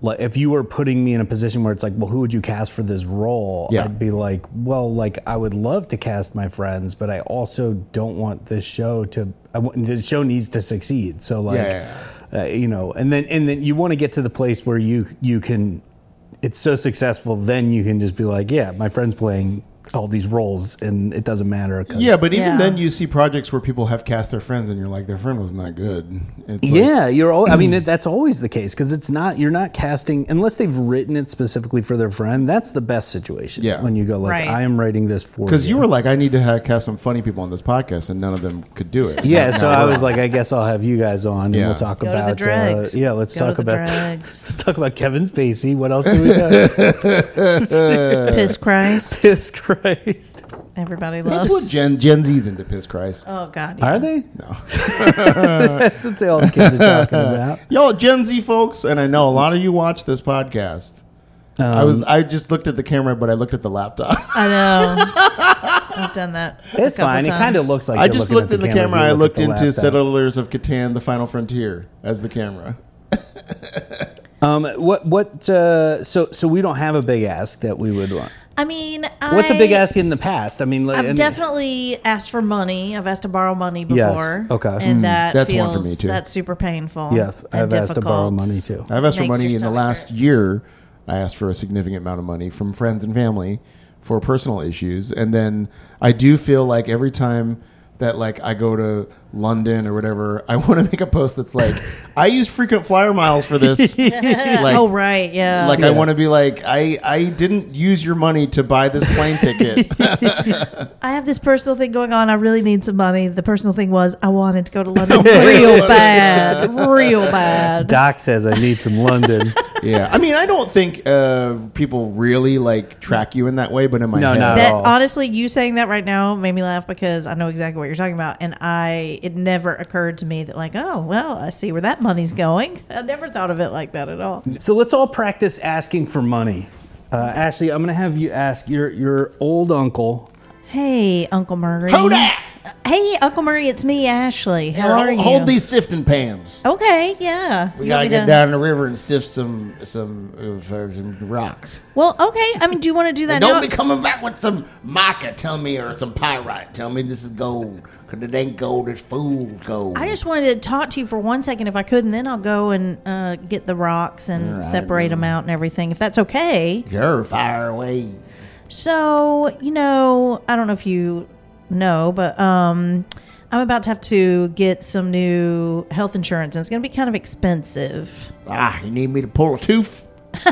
Speaker 1: like if you were putting me in a position where it's like well who would you cast for this role
Speaker 3: Yeah.
Speaker 1: i'd be like well like i would love to cast my friends but i also don't want this show to I want, this show needs to succeed so like
Speaker 3: Yeah, yeah, yeah.
Speaker 1: uh, you know and then and then you want to get to the place where you you can it's so successful then you can just be like yeah my friend's playing all these roles and it doesn't matter 'cause-
Speaker 3: Yeah, but even
Speaker 4: Yeah.
Speaker 3: then, you see projects where people have cast their friends, and you're like, their friend was not good. It's like-
Speaker 1: yeah you're al- i mean it, that's always the case because it's not you're not casting unless they've written it specifically for their friend that's the best situation
Speaker 3: Yeah.
Speaker 1: when you go like
Speaker 4: Right.
Speaker 1: i am writing this for
Speaker 3: because you were like, I need to ha cast some funny people on this podcast, and none of them could do it.
Speaker 1: yeah,
Speaker 3: Now-
Speaker 1: so
Speaker 3: now
Speaker 1: I
Speaker 3: we're-
Speaker 1: was like, I guess I'll have you guys on, and
Speaker 3: Yeah.
Speaker 1: we'll talk
Speaker 4: Go to the
Speaker 1: about. uh,
Speaker 4: dregs.
Speaker 1: yeah, let's
Speaker 4: Go to
Speaker 1: talk
Speaker 4: the
Speaker 1: about.
Speaker 4: dregs.
Speaker 1: Let's talk about Kevin Spacey. What else do we talk?
Speaker 4: Piss Christ.
Speaker 1: Jesus Christ!
Speaker 4: Everybody
Speaker 3: that's what
Speaker 4: loves.
Speaker 3: Gen Gen Z's into. Piss Christ,
Speaker 4: Oh, God.
Speaker 1: Are
Speaker 4: yeah.
Speaker 1: they? No. That's what they, all the kids are talking about.
Speaker 3: y'all Gen Z folks, and I know a lot of you watch this podcast. I
Speaker 1: Um,
Speaker 3: was I just looked at the camera, but I looked at the laptop.
Speaker 4: I know. I've done that. a
Speaker 1: It's
Speaker 4: couple
Speaker 1: fine. It
Speaker 4: times.
Speaker 1: kind of looks like
Speaker 3: I
Speaker 1: you're
Speaker 3: just
Speaker 1: looking
Speaker 3: looked at the camera.
Speaker 1: if you
Speaker 3: I
Speaker 1: look
Speaker 3: looked
Speaker 1: at the
Speaker 3: into
Speaker 1: laptop.
Speaker 3: Settlers of Catan: The Final Frontier as the camera.
Speaker 1: Um, what what? Uh, so so we don't have a big ask that we would want.
Speaker 4: I mean,
Speaker 1: What's a big
Speaker 4: I-
Speaker 1: ask in the past? I mean, like,
Speaker 4: I've
Speaker 1: and-
Speaker 4: definitely asked for money. I've asked to borrow money
Speaker 1: Yes,
Speaker 4: before.
Speaker 1: okay.
Speaker 4: and that
Speaker 3: that's one
Speaker 4: feels
Speaker 3: for me, too.
Speaker 4: that's super painful.
Speaker 1: yeah, I've
Speaker 4: and
Speaker 1: asked to borrow
Speaker 4: difficult.
Speaker 1: money too.
Speaker 3: I've asked for
Speaker 4: Makes
Speaker 3: money
Speaker 4: your
Speaker 3: in the
Speaker 4: stomach
Speaker 3: last
Speaker 4: hurt.
Speaker 3: year. I asked for a significant amount of money from friends and family for personal issues, and then I do feel like every time that like I go to London or whatever, I want to make a post that's like, I use frequent flyer miles for this. like,
Speaker 4: oh right, yeah.
Speaker 3: Like I
Speaker 1: Yeah.
Speaker 3: want to be like I I didn't use your money to buy this plane ticket.
Speaker 4: I have this personal thing going on. I really need some money. The personal thing was I wanted to go to London real bad, real bad.
Speaker 1: Doc says I need some London.
Speaker 3: yeah, I mean I don't think uh, people really like track you in that way, but in my
Speaker 1: No,
Speaker 3: head,
Speaker 1: not at
Speaker 4: That
Speaker 1: all.
Speaker 4: honestly, you saying that right now made me laugh because I know exactly what you're talking about, and I it never occurred to me that like, oh well, I see where that money's going. I never thought of it like that at all.
Speaker 1: So let's all practice asking for money. Uh, Ashley, I'm going to have you ask your your old uncle.
Speaker 4: Hey, Uncle Murray.
Speaker 3: Hoda!
Speaker 4: Hey, Uncle Murray, it's me, Ashley. How
Speaker 3: Here,
Speaker 4: are
Speaker 3: hold,
Speaker 4: you?
Speaker 3: hold these sifting pans.
Speaker 4: Okay, yeah.
Speaker 3: We
Speaker 4: You
Speaker 3: gotta
Speaker 4: want me
Speaker 3: get
Speaker 4: to-
Speaker 3: down the river and sift some some uh, for some rocks.
Speaker 4: Well, okay. I mean, do you want to do that
Speaker 3: And don't
Speaker 4: now?
Speaker 3: be coming back with some mica, tell me, or some pyrite. Tell me this is gold, cause it ain't gold, it's fool's gold.
Speaker 4: I just wanted to talk to you for one second, if I could, and then I'll go and uh, get the rocks and
Speaker 3: All right,
Speaker 4: separate them out and everything, if that's okay.
Speaker 3: sure, fire away.
Speaker 4: So, you know, I don't know if you know, but um, I'm about to have to get some new health insurance, and it's going to be kind of expensive.
Speaker 3: Ah, you need me to pull a tooth?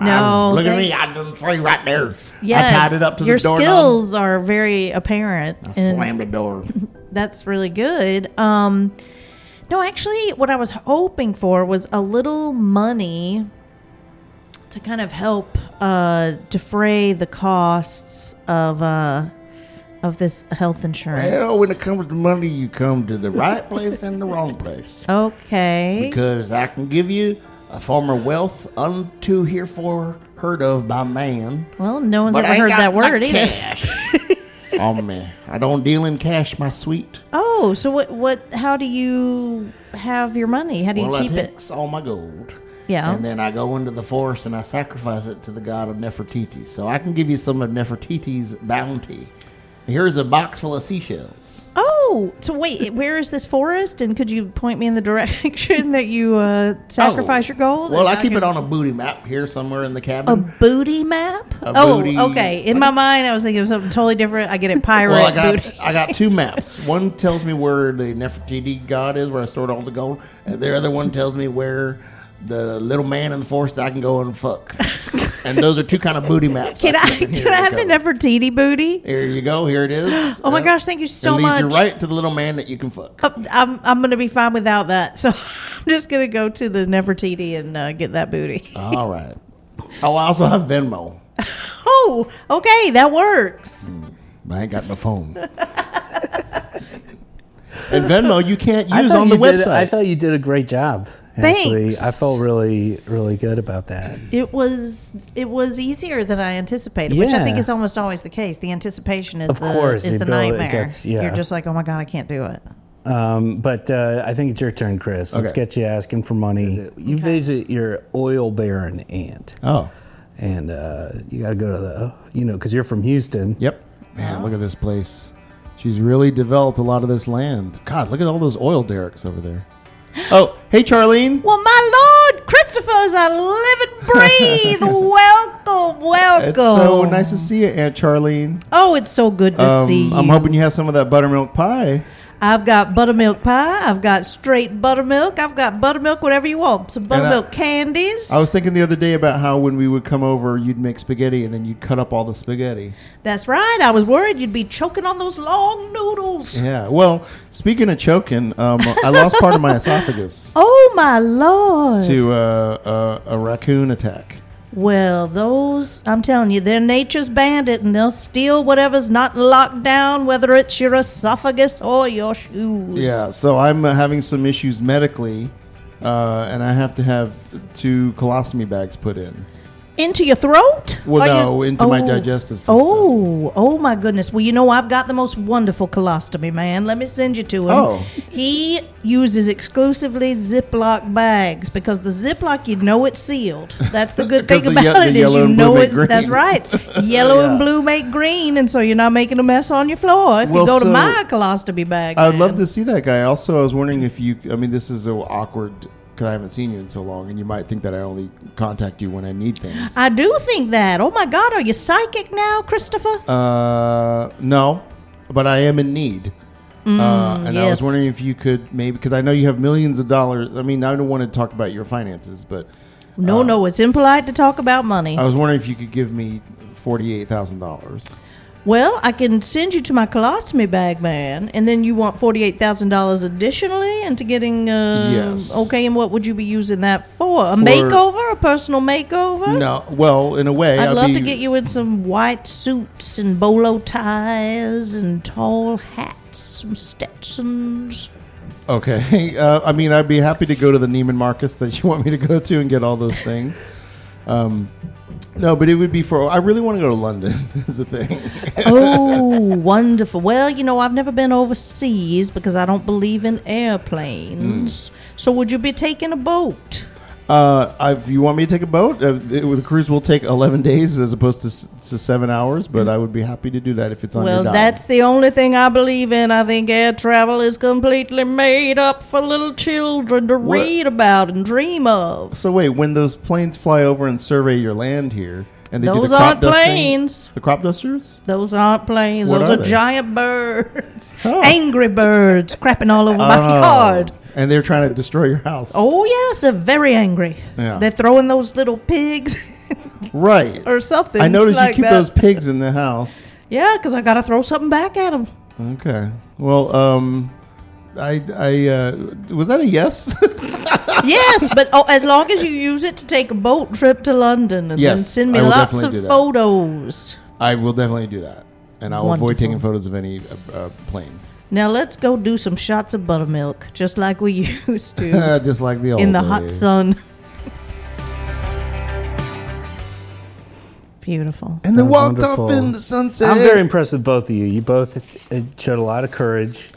Speaker 4: No,
Speaker 3: look at
Speaker 4: they-
Speaker 3: me, I done three right there.
Speaker 4: Yeah,
Speaker 3: I tied it up to
Speaker 4: your
Speaker 3: the door.
Speaker 4: skills are very apparent, and
Speaker 3: Slammed the door.
Speaker 4: that's really good. Um, no, actually, what I was hoping for was a little money to kind of help uh, defray the costs of uh, of this health insurance.
Speaker 3: Hell, when it comes to money, you come to the right place and the wrong place.
Speaker 4: okay.
Speaker 3: Because I can give you a former wealth unto herefore heard of by man.
Speaker 4: Well, no one's
Speaker 3: I
Speaker 4: ever
Speaker 3: ain't
Speaker 4: heard
Speaker 3: got
Speaker 4: that
Speaker 3: no
Speaker 4: word either.
Speaker 3: Cash. oh man, I don't deal in cash, my sweet.
Speaker 4: Oh, so what? What? How do you have your money? How do you
Speaker 3: Well, I
Speaker 4: keep it?
Speaker 3: takes all my gold.
Speaker 4: Yeah.
Speaker 3: And then I go into the forest and I sacrifice it to the god of Nefertiti. So I can give you some of Nefertiti's bounty. Here's a box full of seashells.
Speaker 4: Oh, so wait, where is this forest? And could you point me in the direction that you uh, sacrifice
Speaker 3: Oh.
Speaker 4: your gold?
Speaker 3: Well, I,
Speaker 4: And
Speaker 3: keep
Speaker 4: can-
Speaker 3: it on a booty map here somewhere in the cabin.
Speaker 4: a booty map.
Speaker 3: A
Speaker 4: oh,
Speaker 3: booty-
Speaker 4: okay. In my mind, I was thinking of something totally different. I get it, pirate
Speaker 3: Well, I got
Speaker 4: booty.
Speaker 3: I got two maps. One tells me where the Nefertiti god is, where I stored all the gold, and the other one tells me where the little man in the forest I can go and fuck. and those are two kind of booty maps.
Speaker 4: Can I?
Speaker 3: keep in here
Speaker 4: Can I
Speaker 3: to
Speaker 4: have the
Speaker 3: cover.
Speaker 4: Nefertiti booty?
Speaker 3: Here you go. Here it is.
Speaker 4: Oh my
Speaker 3: Yeah.
Speaker 4: gosh! Thank you so
Speaker 3: it leads
Speaker 4: much.
Speaker 3: you right to the little man that you can fuck.
Speaker 4: Uh, I'm I'm gonna be fine without that. So I'm just gonna go to the Nefertiti and uh, get that booty.
Speaker 3: all right. Oh, I also have Venmo.
Speaker 4: Oh, okay, that works.
Speaker 3: I ain't got no phone. and Venmo you can't
Speaker 1: I
Speaker 3: use
Speaker 1: thought
Speaker 3: on the
Speaker 1: you did-
Speaker 3: website.
Speaker 1: I thought you did a great job. Ashley.
Speaker 4: Thanks.
Speaker 1: I felt really, really good about that.
Speaker 4: It was it was easier than I anticipated, which I think
Speaker 1: Yeah.
Speaker 4: is almost always the case. The anticipation is
Speaker 1: Of
Speaker 4: the
Speaker 1: course,
Speaker 4: is
Speaker 1: the
Speaker 4: the
Speaker 1: ability- it
Speaker 4: nightmare.
Speaker 1: gets- yeah.
Speaker 4: You're just like, oh my god, I can't do it.
Speaker 1: Um, but uh, I think it's your turn, Chris. Let's
Speaker 3: Okay.
Speaker 1: get you asking for money. You visit your oil baron aunt,
Speaker 3: oh.
Speaker 1: and uh, you got to go to the, you know, because you're from Houston.
Speaker 3: Yep. Man, look at this place. She's really developed a lot of this land. God, look at all those oil derricks over there. Oh, hey, Charlene.
Speaker 4: Well, my Lord, Christopher's I live and breathe. welcome, welcome.
Speaker 3: It's so nice to see you, Aunt Charlene.
Speaker 4: Oh, it's so good to
Speaker 3: Um,
Speaker 4: see you.
Speaker 3: I'm hoping you have some of that buttermilk pie.
Speaker 4: I've got buttermilk pie. I've got straight buttermilk. I've got buttermilk, whatever you want. Some
Speaker 3: I-
Speaker 4: buttermilk candies.
Speaker 3: I was thinking the other day about how when we would come over, you'd make spaghetti and then you'd cut up all the spaghetti.
Speaker 4: That's right. I was worried you'd be choking on those long noodles.
Speaker 3: Yeah. Well, speaking of choking, um, I lost part of my esophagus
Speaker 4: Oh my lord!
Speaker 3: to uh, uh, a raccoon attack.
Speaker 4: Well, those I'm telling you, they're nature's bandit, and they'll steal whatever's not locked down, whether it's your esophagus or your shoes.
Speaker 3: Yeah, so I'm uh, having some issues medically, uh, and I have to have two colostomy bags put in.
Speaker 4: into your throat?
Speaker 3: Well,
Speaker 4: Are
Speaker 3: no, into my digestive system.
Speaker 4: Oh, oh my goodness. Well, you know, I've got the most wonderful colostomy, man. Let me send you to him.
Speaker 3: Oh.
Speaker 4: He uses exclusively Ziploc bags because the Ziploc, you know it's sealed. That's the good thing
Speaker 3: 'Cause the
Speaker 4: about
Speaker 3: ye- the
Speaker 4: it is
Speaker 3: yellow
Speaker 4: you
Speaker 3: and blue
Speaker 4: know
Speaker 3: make
Speaker 4: it's, that's
Speaker 3: green.
Speaker 4: right. Yellow and
Speaker 3: Yeah.
Speaker 4: blue make green, and so you're not making a mess on your floor if you
Speaker 3: Well,
Speaker 4: go to
Speaker 3: so-
Speaker 4: my colostomy bag.
Speaker 3: I would
Speaker 4: man.
Speaker 3: love to see that guy. Also, I was wondering if you. I mean, this is so awkward because I haven't seen you in so long, and you might think that I only contact you when I need things.
Speaker 4: I do think that. Oh my God, are you psychic now, Christopher?
Speaker 3: uh, no, but I am in need. uh, and I
Speaker 4: Mm, yes.
Speaker 3: was wondering if you could maybe because I know you have millions of dollars. I mean, I don't want to talk about your finances, but
Speaker 4: no, no, it's impolite to talk about money.
Speaker 3: uh, I was wondering if you could give me forty-eight thousand dollars.
Speaker 4: well, I can send you to my colostomy bag, man, and then you want forty-eight thousand dollars additionally into getting. Uh,
Speaker 3: Yes.
Speaker 4: Okay, and what would you be using that for? A makeover, a personal makeover.
Speaker 3: No, well, in a way,
Speaker 4: I'd
Speaker 3: I'd
Speaker 4: love
Speaker 3: be-
Speaker 4: to get you in some white suits and bolo ties and tall hats, some Stetsons.
Speaker 3: Okay. Uh, I mean, I'd be happy to go to the Neiman Marcus that you want me to go to and get all those things. Um, no, but it would be for. I really want to go to London. Is the thing.
Speaker 4: oh, wonderful. Well, you know, I've never been overseas because I don't believe in
Speaker 3: Mm.
Speaker 4: airplanes. So, would you be taking a boat?
Speaker 3: Uh, I- if you want me to take a boat, uh, it, the cruise will take eleven days as opposed to, s- to seven hours. But I would be happy to do that if it's on.
Speaker 4: Mm-hmm. well,
Speaker 3: your dime.
Speaker 4: that's the only thing I believe in. I think air travel is completely made up for little children to
Speaker 3: What-
Speaker 4: read about and dream of.
Speaker 3: So wait, when those planes fly over and survey your land here, and they do
Speaker 4: Those
Speaker 3: the crop
Speaker 4: aren't
Speaker 3: dusting,
Speaker 4: planes.
Speaker 3: the crop dusters.
Speaker 4: Those aren't planes.
Speaker 3: What
Speaker 4: Those
Speaker 3: are
Speaker 4: are,
Speaker 3: they?
Speaker 4: giant birds.
Speaker 3: Oh.
Speaker 4: Angry birds crapping all over my
Speaker 3: Oh.
Speaker 4: yard.
Speaker 3: And they're trying to destroy your house.
Speaker 4: Oh, yes, they're very angry.
Speaker 3: Yeah.
Speaker 4: They're throwing those little pigs
Speaker 3: right.
Speaker 4: or something.
Speaker 3: I noticed
Speaker 4: like
Speaker 3: you keep
Speaker 4: that.
Speaker 3: those pigs in the house.
Speaker 4: Yeah, because I got to throw something back at him.
Speaker 3: Okay. Well, um, I, I, uh, was that a yes?
Speaker 4: yes, but oh, as long as you use it to take a boat trip to London and then
Speaker 3: Yes,
Speaker 4: send me
Speaker 3: I will
Speaker 4: lots
Speaker 3: definitely
Speaker 4: of
Speaker 3: do that.
Speaker 4: photos.
Speaker 3: I will definitely do that. And I'll
Speaker 4: Wonderful.
Speaker 3: avoid taking photos of any uh, uh, planes.
Speaker 4: Now let's go do some shots of buttermilk, just like we used to
Speaker 3: Uh, Just like the old
Speaker 4: in the hot
Speaker 3: days.
Speaker 4: sun. Beautiful.
Speaker 3: And they
Speaker 1: Sounds
Speaker 3: walked
Speaker 1: wonderful.
Speaker 3: off in the sunset.
Speaker 1: I'm very impressed with both of you. You both uh, showed a lot of courage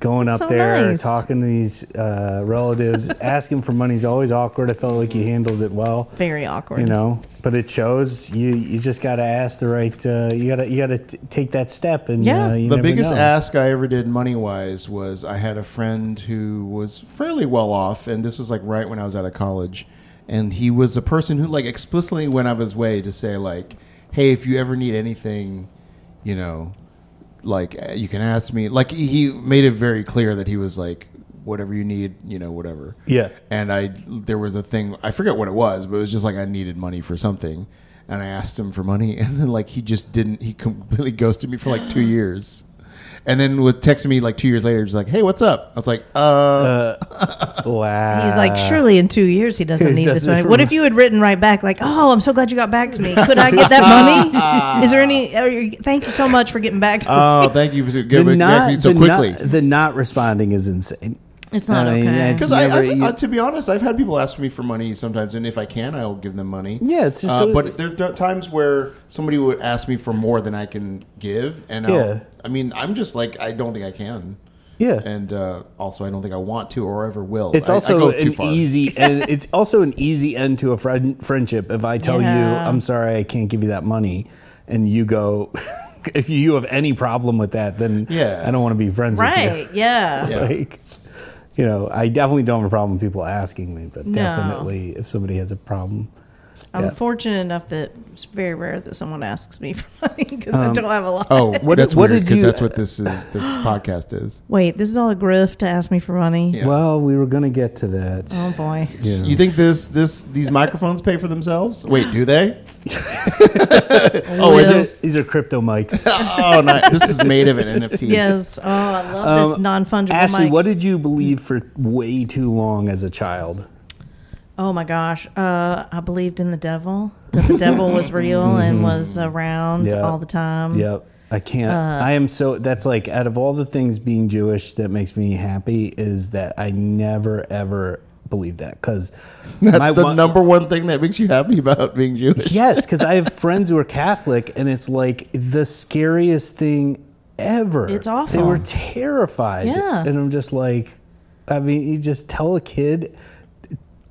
Speaker 1: going up
Speaker 4: So
Speaker 1: there,
Speaker 4: nice.
Speaker 1: talking to these uh, relatives. Asking for money is always awkward. I felt like you handled it well.
Speaker 4: Very awkward.
Speaker 1: You know, but it shows you. You just got to ask the right. Uh, you got to you got to t- take that step, and
Speaker 4: Yeah.
Speaker 1: uh, you
Speaker 3: the
Speaker 1: never
Speaker 3: biggest
Speaker 1: know.
Speaker 3: ask I ever did money wise was I had a friend who was fairly well off, and this was like right when I was out of college, and he was a person who like explicitly went out of his way to say like, "Hey, if you ever need anything, you know, like uh, you can ask me." Like he made it very clear that he was like, "Whatever you need, you know, whatever."
Speaker 1: Yeah.
Speaker 3: and I there was a thing I forget what it was, but it was just like I needed money for something, and I asked him for money, and then like he just didn't. He completely ghosted me for like two years, and then was texting me like two years later, just like, "Hey, what's up?" I was like, "Uh,
Speaker 1: Wow.
Speaker 4: He's like, surely in two years he doesn't
Speaker 1: uh, He
Speaker 4: need this
Speaker 1: doesn't
Speaker 4: money. What if you had written right back, like, oh, I'm so glad you got back to me. Could I get that money? Is there any? Are you, thank you so much for getting back to
Speaker 1: Uh,
Speaker 4: me.
Speaker 3: oh, thank you for getting back to me so
Speaker 1: the
Speaker 3: quickly."
Speaker 1: Not, the not responding is insane.
Speaker 4: It's not
Speaker 1: I mean,
Speaker 4: okay.
Speaker 1: it's
Speaker 3: Because I,
Speaker 1: never- e
Speaker 3: I've-
Speaker 1: you-
Speaker 3: uh, to be honest, I've had people ask me for money sometimes, and if I can, I'll give them money.
Speaker 1: Yeah, it's just
Speaker 3: Uh,
Speaker 1: a-
Speaker 3: but there are times where somebody would ask me for more than I can give, and
Speaker 1: Yeah.
Speaker 3: I'll, I mean, I'm just like, I don't think I can.
Speaker 1: yeah.
Speaker 3: and uh, also I don't think I want to or ever will.
Speaker 1: It's
Speaker 3: I- I
Speaker 1: also
Speaker 3: go too
Speaker 1: an
Speaker 3: far.
Speaker 1: easy and it's also an easy end to a friend, friendship if I tell
Speaker 4: Yeah.
Speaker 1: you I'm sorry I can't give you that money and you go if you have any problem with that then
Speaker 3: Yeah.
Speaker 1: I don't want to be friends
Speaker 4: right?
Speaker 1: with
Speaker 4: Yeah.
Speaker 1: you.
Speaker 3: Yeah.
Speaker 1: Like you know, I definitely don't have a problem with people asking me, but
Speaker 4: No.
Speaker 1: definitely if somebody has a problem.
Speaker 4: I'm
Speaker 1: Yeah.
Speaker 4: fortunate enough that it's very rare that someone asks me for money because
Speaker 1: Um,
Speaker 4: I don't have a lot.
Speaker 3: Oh,
Speaker 1: What-
Speaker 3: that's
Speaker 1: what
Speaker 3: weird
Speaker 1: did
Speaker 3: 'cause
Speaker 1: you-
Speaker 3: that's what this is. This podcast is.
Speaker 4: Wait, this is all a grift to ask me for money.
Speaker 3: Yeah.
Speaker 1: Well, we were going to get to that.
Speaker 4: Oh boy.
Speaker 1: Yeah.
Speaker 3: You think this this these microphones pay for themselves? Wait, do they? oh, is
Speaker 4: Well-
Speaker 3: this?
Speaker 1: These are crypto mics.
Speaker 3: Oh, nice. this is made of an NFT.
Speaker 4: Yes. Oh, I love this
Speaker 1: Um,
Speaker 4: non fungible.
Speaker 1: Ashley, what did you believe
Speaker 4: hmm.
Speaker 1: for way too long as a child?
Speaker 4: Oh my gosh. Uh, I believed in the devil. That the devil was real and was around
Speaker 1: Mm-hmm. Yeah.
Speaker 4: all the time.
Speaker 1: Yep. I can't.
Speaker 4: Uh.
Speaker 1: I am so. That's like out of all the things being Jewish that makes me happy is that I never ever believe that because
Speaker 3: That's the number one thing that makes you happy about being Jewish.
Speaker 1: yes, because I have friends who are Catholic, and it's like the scariest thing ever.
Speaker 4: It's
Speaker 1: They
Speaker 4: awful.
Speaker 1: were terrified.
Speaker 4: Yeah.
Speaker 1: and I'm just like, I mean, you just tell a kid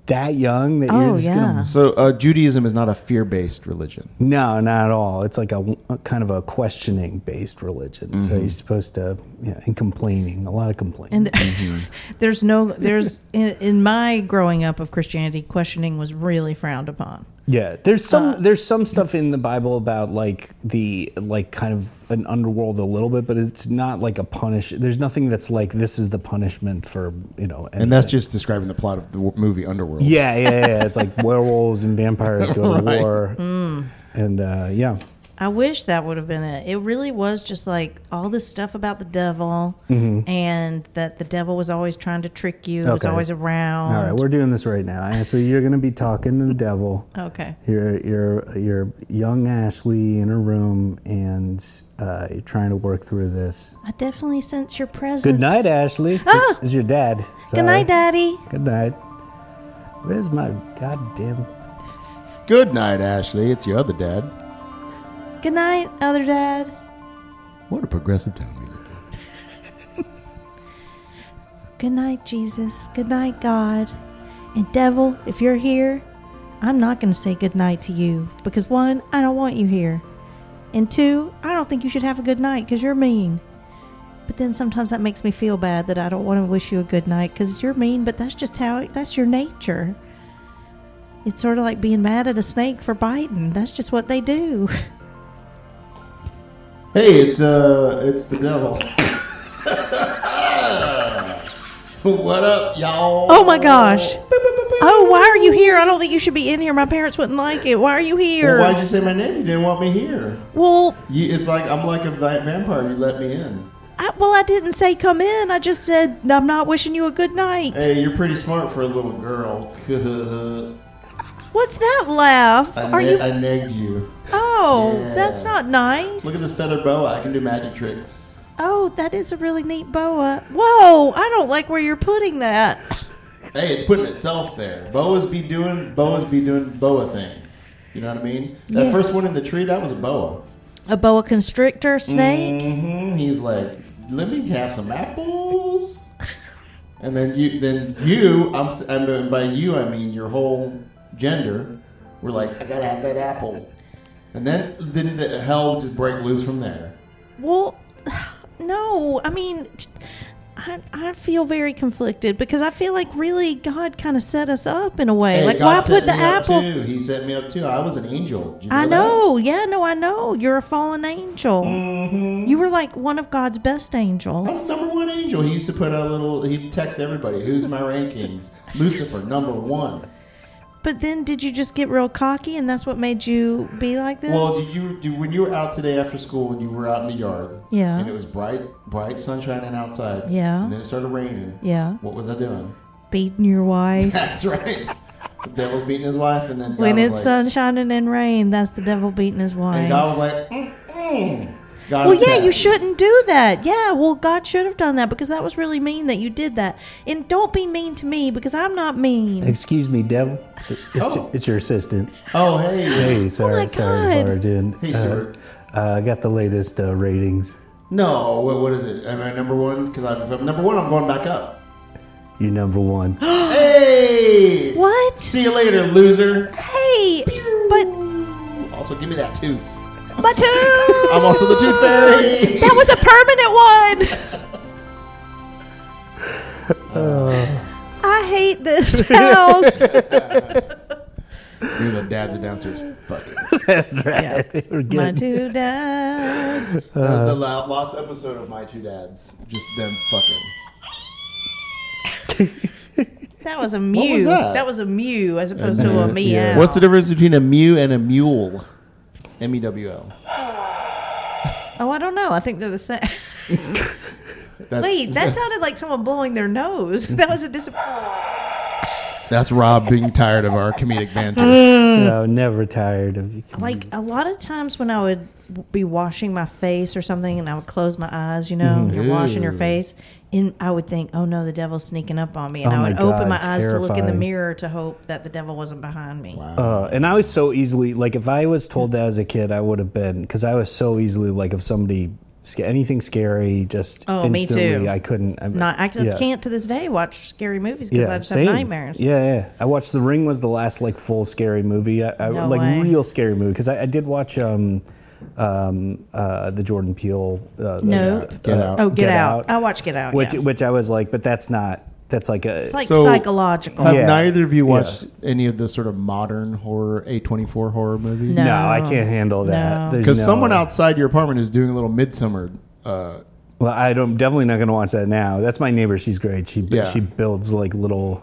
Speaker 1: that young that
Speaker 4: Oh,
Speaker 1: you're just
Speaker 4: yeah.
Speaker 1: gonna
Speaker 3: So uh, Judaism is not a fear-based religion.
Speaker 1: no, not at all. It's like a, a kind of a questioning based religion. So you're supposed to, yeah, and complaining, a lot of complaining.
Speaker 4: And
Speaker 1: Mm-hmm.
Speaker 4: there's no there's in, in my growing up of Christianity, questioning was really frowned upon.
Speaker 1: Yeah, there's some there's some stuff in the Bible about like the like kind of an underworld a little bit, but it's not like a punish. There's nothing that's like this is the punishment for you know.
Speaker 3: And that's
Speaker 1: anything.
Speaker 3: just describing the plot of the w- movie Underworld.
Speaker 1: yeah, yeah, yeah. It's like werewolves and vampires go to
Speaker 3: Right.
Speaker 1: war, and uh, yeah,
Speaker 4: I wish that would have been it. It really was just like all this stuff about the devil and that the devil was always trying to trick you, was
Speaker 1: Mm-hmm. Okay.
Speaker 4: always around.
Speaker 1: all right, we're doing this right now. So you're gonna be talking to the devil.
Speaker 4: okay.
Speaker 1: You're you're you're young Ashley in a room, and uh, you're trying to work through this.
Speaker 4: I definitely sense your presence.
Speaker 1: Good night, Ashley.
Speaker 4: Ah!
Speaker 1: Is your dad?
Speaker 4: Good
Speaker 1: Sorry.
Speaker 4: night, Daddy.
Speaker 1: Good night. Where's my goddamn?
Speaker 3: Good night, Ashley. It's your other dad.
Speaker 4: Good night, other dad.
Speaker 3: What a progressive town we live in.
Speaker 4: Good night, Jesus. Good night, God. And devil, if you're here, I'm not going to say good night to you because one, I don't want you here. And two, I don't think you should have a good night because you're mean. But then sometimes that makes me feel bad that I don't want to wish you a good night because you're mean, but that's just how, that's your nature. It's sort of like being mad at a snake for biting. That's just what they do.
Speaker 3: Hey, it's uh, it's the devil. what up, y'all?
Speaker 4: Oh my gosh. Oh, why are you here? I don't think you should be in here. My parents wouldn't like it. Why are you here?
Speaker 3: Well, why'd you say my name? You didn't want me here.
Speaker 4: well
Speaker 3: You, it's like I'm like a vi- vampire. You let me in.
Speaker 4: I, well, I didn't say come in. I just said I'm not wishing you a good night.
Speaker 3: Hey, you're pretty smart for a little girl.
Speaker 4: What's that laugh?
Speaker 3: I,
Speaker 4: Are
Speaker 3: ne-
Speaker 4: you?
Speaker 3: I negged you.
Speaker 4: oh,
Speaker 3: Yeah.
Speaker 4: that's not nice.
Speaker 3: Look at this feather boa. I can do magic tricks.
Speaker 4: Oh, that is a really neat boa. Whoa, I don't like where you're putting that.
Speaker 3: Hey, it's putting itself there. Boas be doing boas be doing boa things. You know what I mean? That
Speaker 4: Yeah.
Speaker 3: first one in the tree, that was a boa.
Speaker 4: A boa constrictor snake.
Speaker 3: hmm He's like, let me have some apples. and then you, then you, I'm, s- I mean, by you I mean your whole gender. We're like, I gotta have that apple. And then then the hell just break loose from there.
Speaker 4: Well, no, I mean, I, I feel very conflicted because I feel like really God kind of set us up in a way.
Speaker 3: Hey,
Speaker 4: like,
Speaker 3: God
Speaker 4: why
Speaker 3: set
Speaker 4: put the
Speaker 3: me up
Speaker 4: apple?
Speaker 3: Too. He set me up too. I was an angel. Did you know Mm-hmm.
Speaker 4: I know. Yeah, no, I know. You're a fallen angel.
Speaker 3: Mm.
Speaker 4: You were like one of God's best
Speaker 3: That? I
Speaker 4: angels.
Speaker 3: was number Oh, one angel. He used to put out a little. He'd text everybody, "Who's my rankings? Lucifer, number one."
Speaker 4: But then did you just get real cocky and that's what made you be like this?
Speaker 3: Well, did you do when you were out today after school? When you were out in the yard,
Speaker 4: Yeah.
Speaker 3: and it was bright, bright sunshine and outside,
Speaker 4: Yeah.
Speaker 3: and then it started raining.
Speaker 4: yeah.
Speaker 3: What was I doing?
Speaker 4: Beating your wife.
Speaker 3: That's right. the devil's beating his wife, and then God
Speaker 4: when
Speaker 3: was
Speaker 4: it's
Speaker 3: like,
Speaker 4: sunshine and rain, that's the devil beating his
Speaker 3: and
Speaker 4: wife.
Speaker 3: God was like, Mm-mm. God
Speaker 4: Well,
Speaker 3: is
Speaker 4: yeah, you
Speaker 3: sassy.
Speaker 4: shouldn't do that. Yeah, well, God should have done that because that was really mean that you did that. And don't be mean to me because I'm not mean.
Speaker 1: Excuse me, devil. It's,
Speaker 3: Oh.
Speaker 1: it's your assistant.
Speaker 3: Oh, hey,
Speaker 1: Hey, sorry,
Speaker 4: my
Speaker 1: sorry,
Speaker 4: God.
Speaker 1: Origin.
Speaker 3: hey, Stuart.
Speaker 1: Uh, I got the latest uh, ratings.
Speaker 3: no, what, what is it? Am I number one? Because if I'm number one, I'm going back up.
Speaker 1: You're number one. All
Speaker 3: hey,
Speaker 4: What?
Speaker 3: see you later, loser.
Speaker 4: Hey, but
Speaker 3: Also, give me that tooth.
Speaker 4: my tooth.
Speaker 3: I'm also the tooth fairy.
Speaker 4: That was a permanent one. I hate this house.
Speaker 3: Dude, the dads are downstairs. Fucking.
Speaker 1: right. They were
Speaker 4: My
Speaker 1: good.
Speaker 4: two dads.
Speaker 1: Uh,
Speaker 3: That was the la- last episode of My Two Dads. Just them fucking.
Speaker 4: That was a mew.
Speaker 3: that?
Speaker 4: was a mew as opposed to a meow.
Speaker 1: yeah.
Speaker 3: What's the difference between a mew and a mule? M E W L.
Speaker 4: Oh, I don't know. I think they're the same. Wait, that sounded like someone blowing their nose. That was a dis.
Speaker 3: That's Rob being tired of our comedic banter.
Speaker 1: No, never tired of you.
Speaker 4: like a lot of times when I would w- be washing my face or something, and I would close my eyes, you know, and you're washing your
Speaker 3: Ew.
Speaker 4: face, and I would think, "Oh no, the devil's sneaking up on me," and
Speaker 1: Oh,
Speaker 4: I would
Speaker 1: my
Speaker 4: open
Speaker 1: God,
Speaker 4: my eyes to look in the
Speaker 1: terrifying.
Speaker 4: mirror to hope that the devil wasn't behind me.
Speaker 1: Uh, and I was so easily like if I was told that as a kid, I would have been because I was so easily like if somebody sca- anything scary just
Speaker 4: Oh, me
Speaker 1: instantly
Speaker 4: too.
Speaker 1: I couldn't. I,
Speaker 4: Not, I just
Speaker 1: yeah.
Speaker 4: can't to this day watch scary movies because I just
Speaker 1: same.
Speaker 4: have nightmares.
Speaker 1: Yeah, yeah. I watched The Ring was the last like full scary movie, I, I,
Speaker 4: No
Speaker 1: like
Speaker 4: way.
Speaker 1: real scary movie because I, I did watch um, um, uh, the Jordan Peele. Uh, the-
Speaker 4: Nope.
Speaker 1: uh,
Speaker 3: Get Out.
Speaker 4: Oh, Get, out. I watch Get Out.
Speaker 1: which
Speaker 4: yeah.
Speaker 1: which I was like, but that's not that's like a
Speaker 4: It's like
Speaker 3: So-
Speaker 4: psychological.
Speaker 3: Have
Speaker 1: Yeah.
Speaker 3: neither of you
Speaker 1: Yeah.
Speaker 3: watched any of the sort of modern horror, A24 horror movies?
Speaker 1: no, I can't handle
Speaker 4: No.
Speaker 1: that There's
Speaker 3: Because
Speaker 1: no
Speaker 3: someone
Speaker 1: way.
Speaker 3: outside your apartment is doing a little midsummer. Uh,
Speaker 1: Well, I don't definitely not going to watch that now. That's my neighbor. She's great. She
Speaker 3: Yeah.
Speaker 1: she builds like little.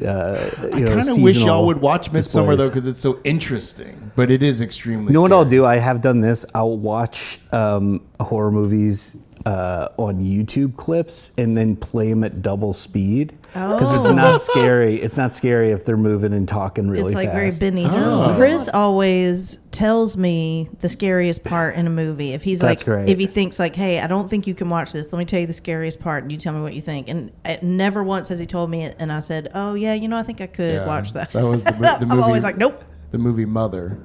Speaker 1: Uh, you know,
Speaker 3: kind of wish
Speaker 1: seasonal
Speaker 3: y'all would watch Midsummer though,
Speaker 1: displays.
Speaker 3: because it's so interesting. But it is extremely.
Speaker 1: You know what
Speaker 3: scary.
Speaker 1: I'll do? I have done this. I'll watch um, horror movies uh, on YouTube clips and then play them at double speed because it's not scary. It's not scary if they're moving and talking really
Speaker 4: Oh. it's like
Speaker 1: fast.
Speaker 4: very Benny
Speaker 1: Oh.
Speaker 4: Hill. Chris always tells me the scariest part in a movie. If he's
Speaker 1: That's
Speaker 4: like,
Speaker 1: great.
Speaker 4: if he thinks like, hey, I don't think you can watch this. Let me tell you the scariest part, and you tell me what you think. And it never once has he told me it, and I said, oh yeah, you know, I think I could
Speaker 3: Yeah.
Speaker 4: watch that.
Speaker 3: That was the, mo- the movie.
Speaker 4: I'm always like, nope.
Speaker 3: The movie Mother.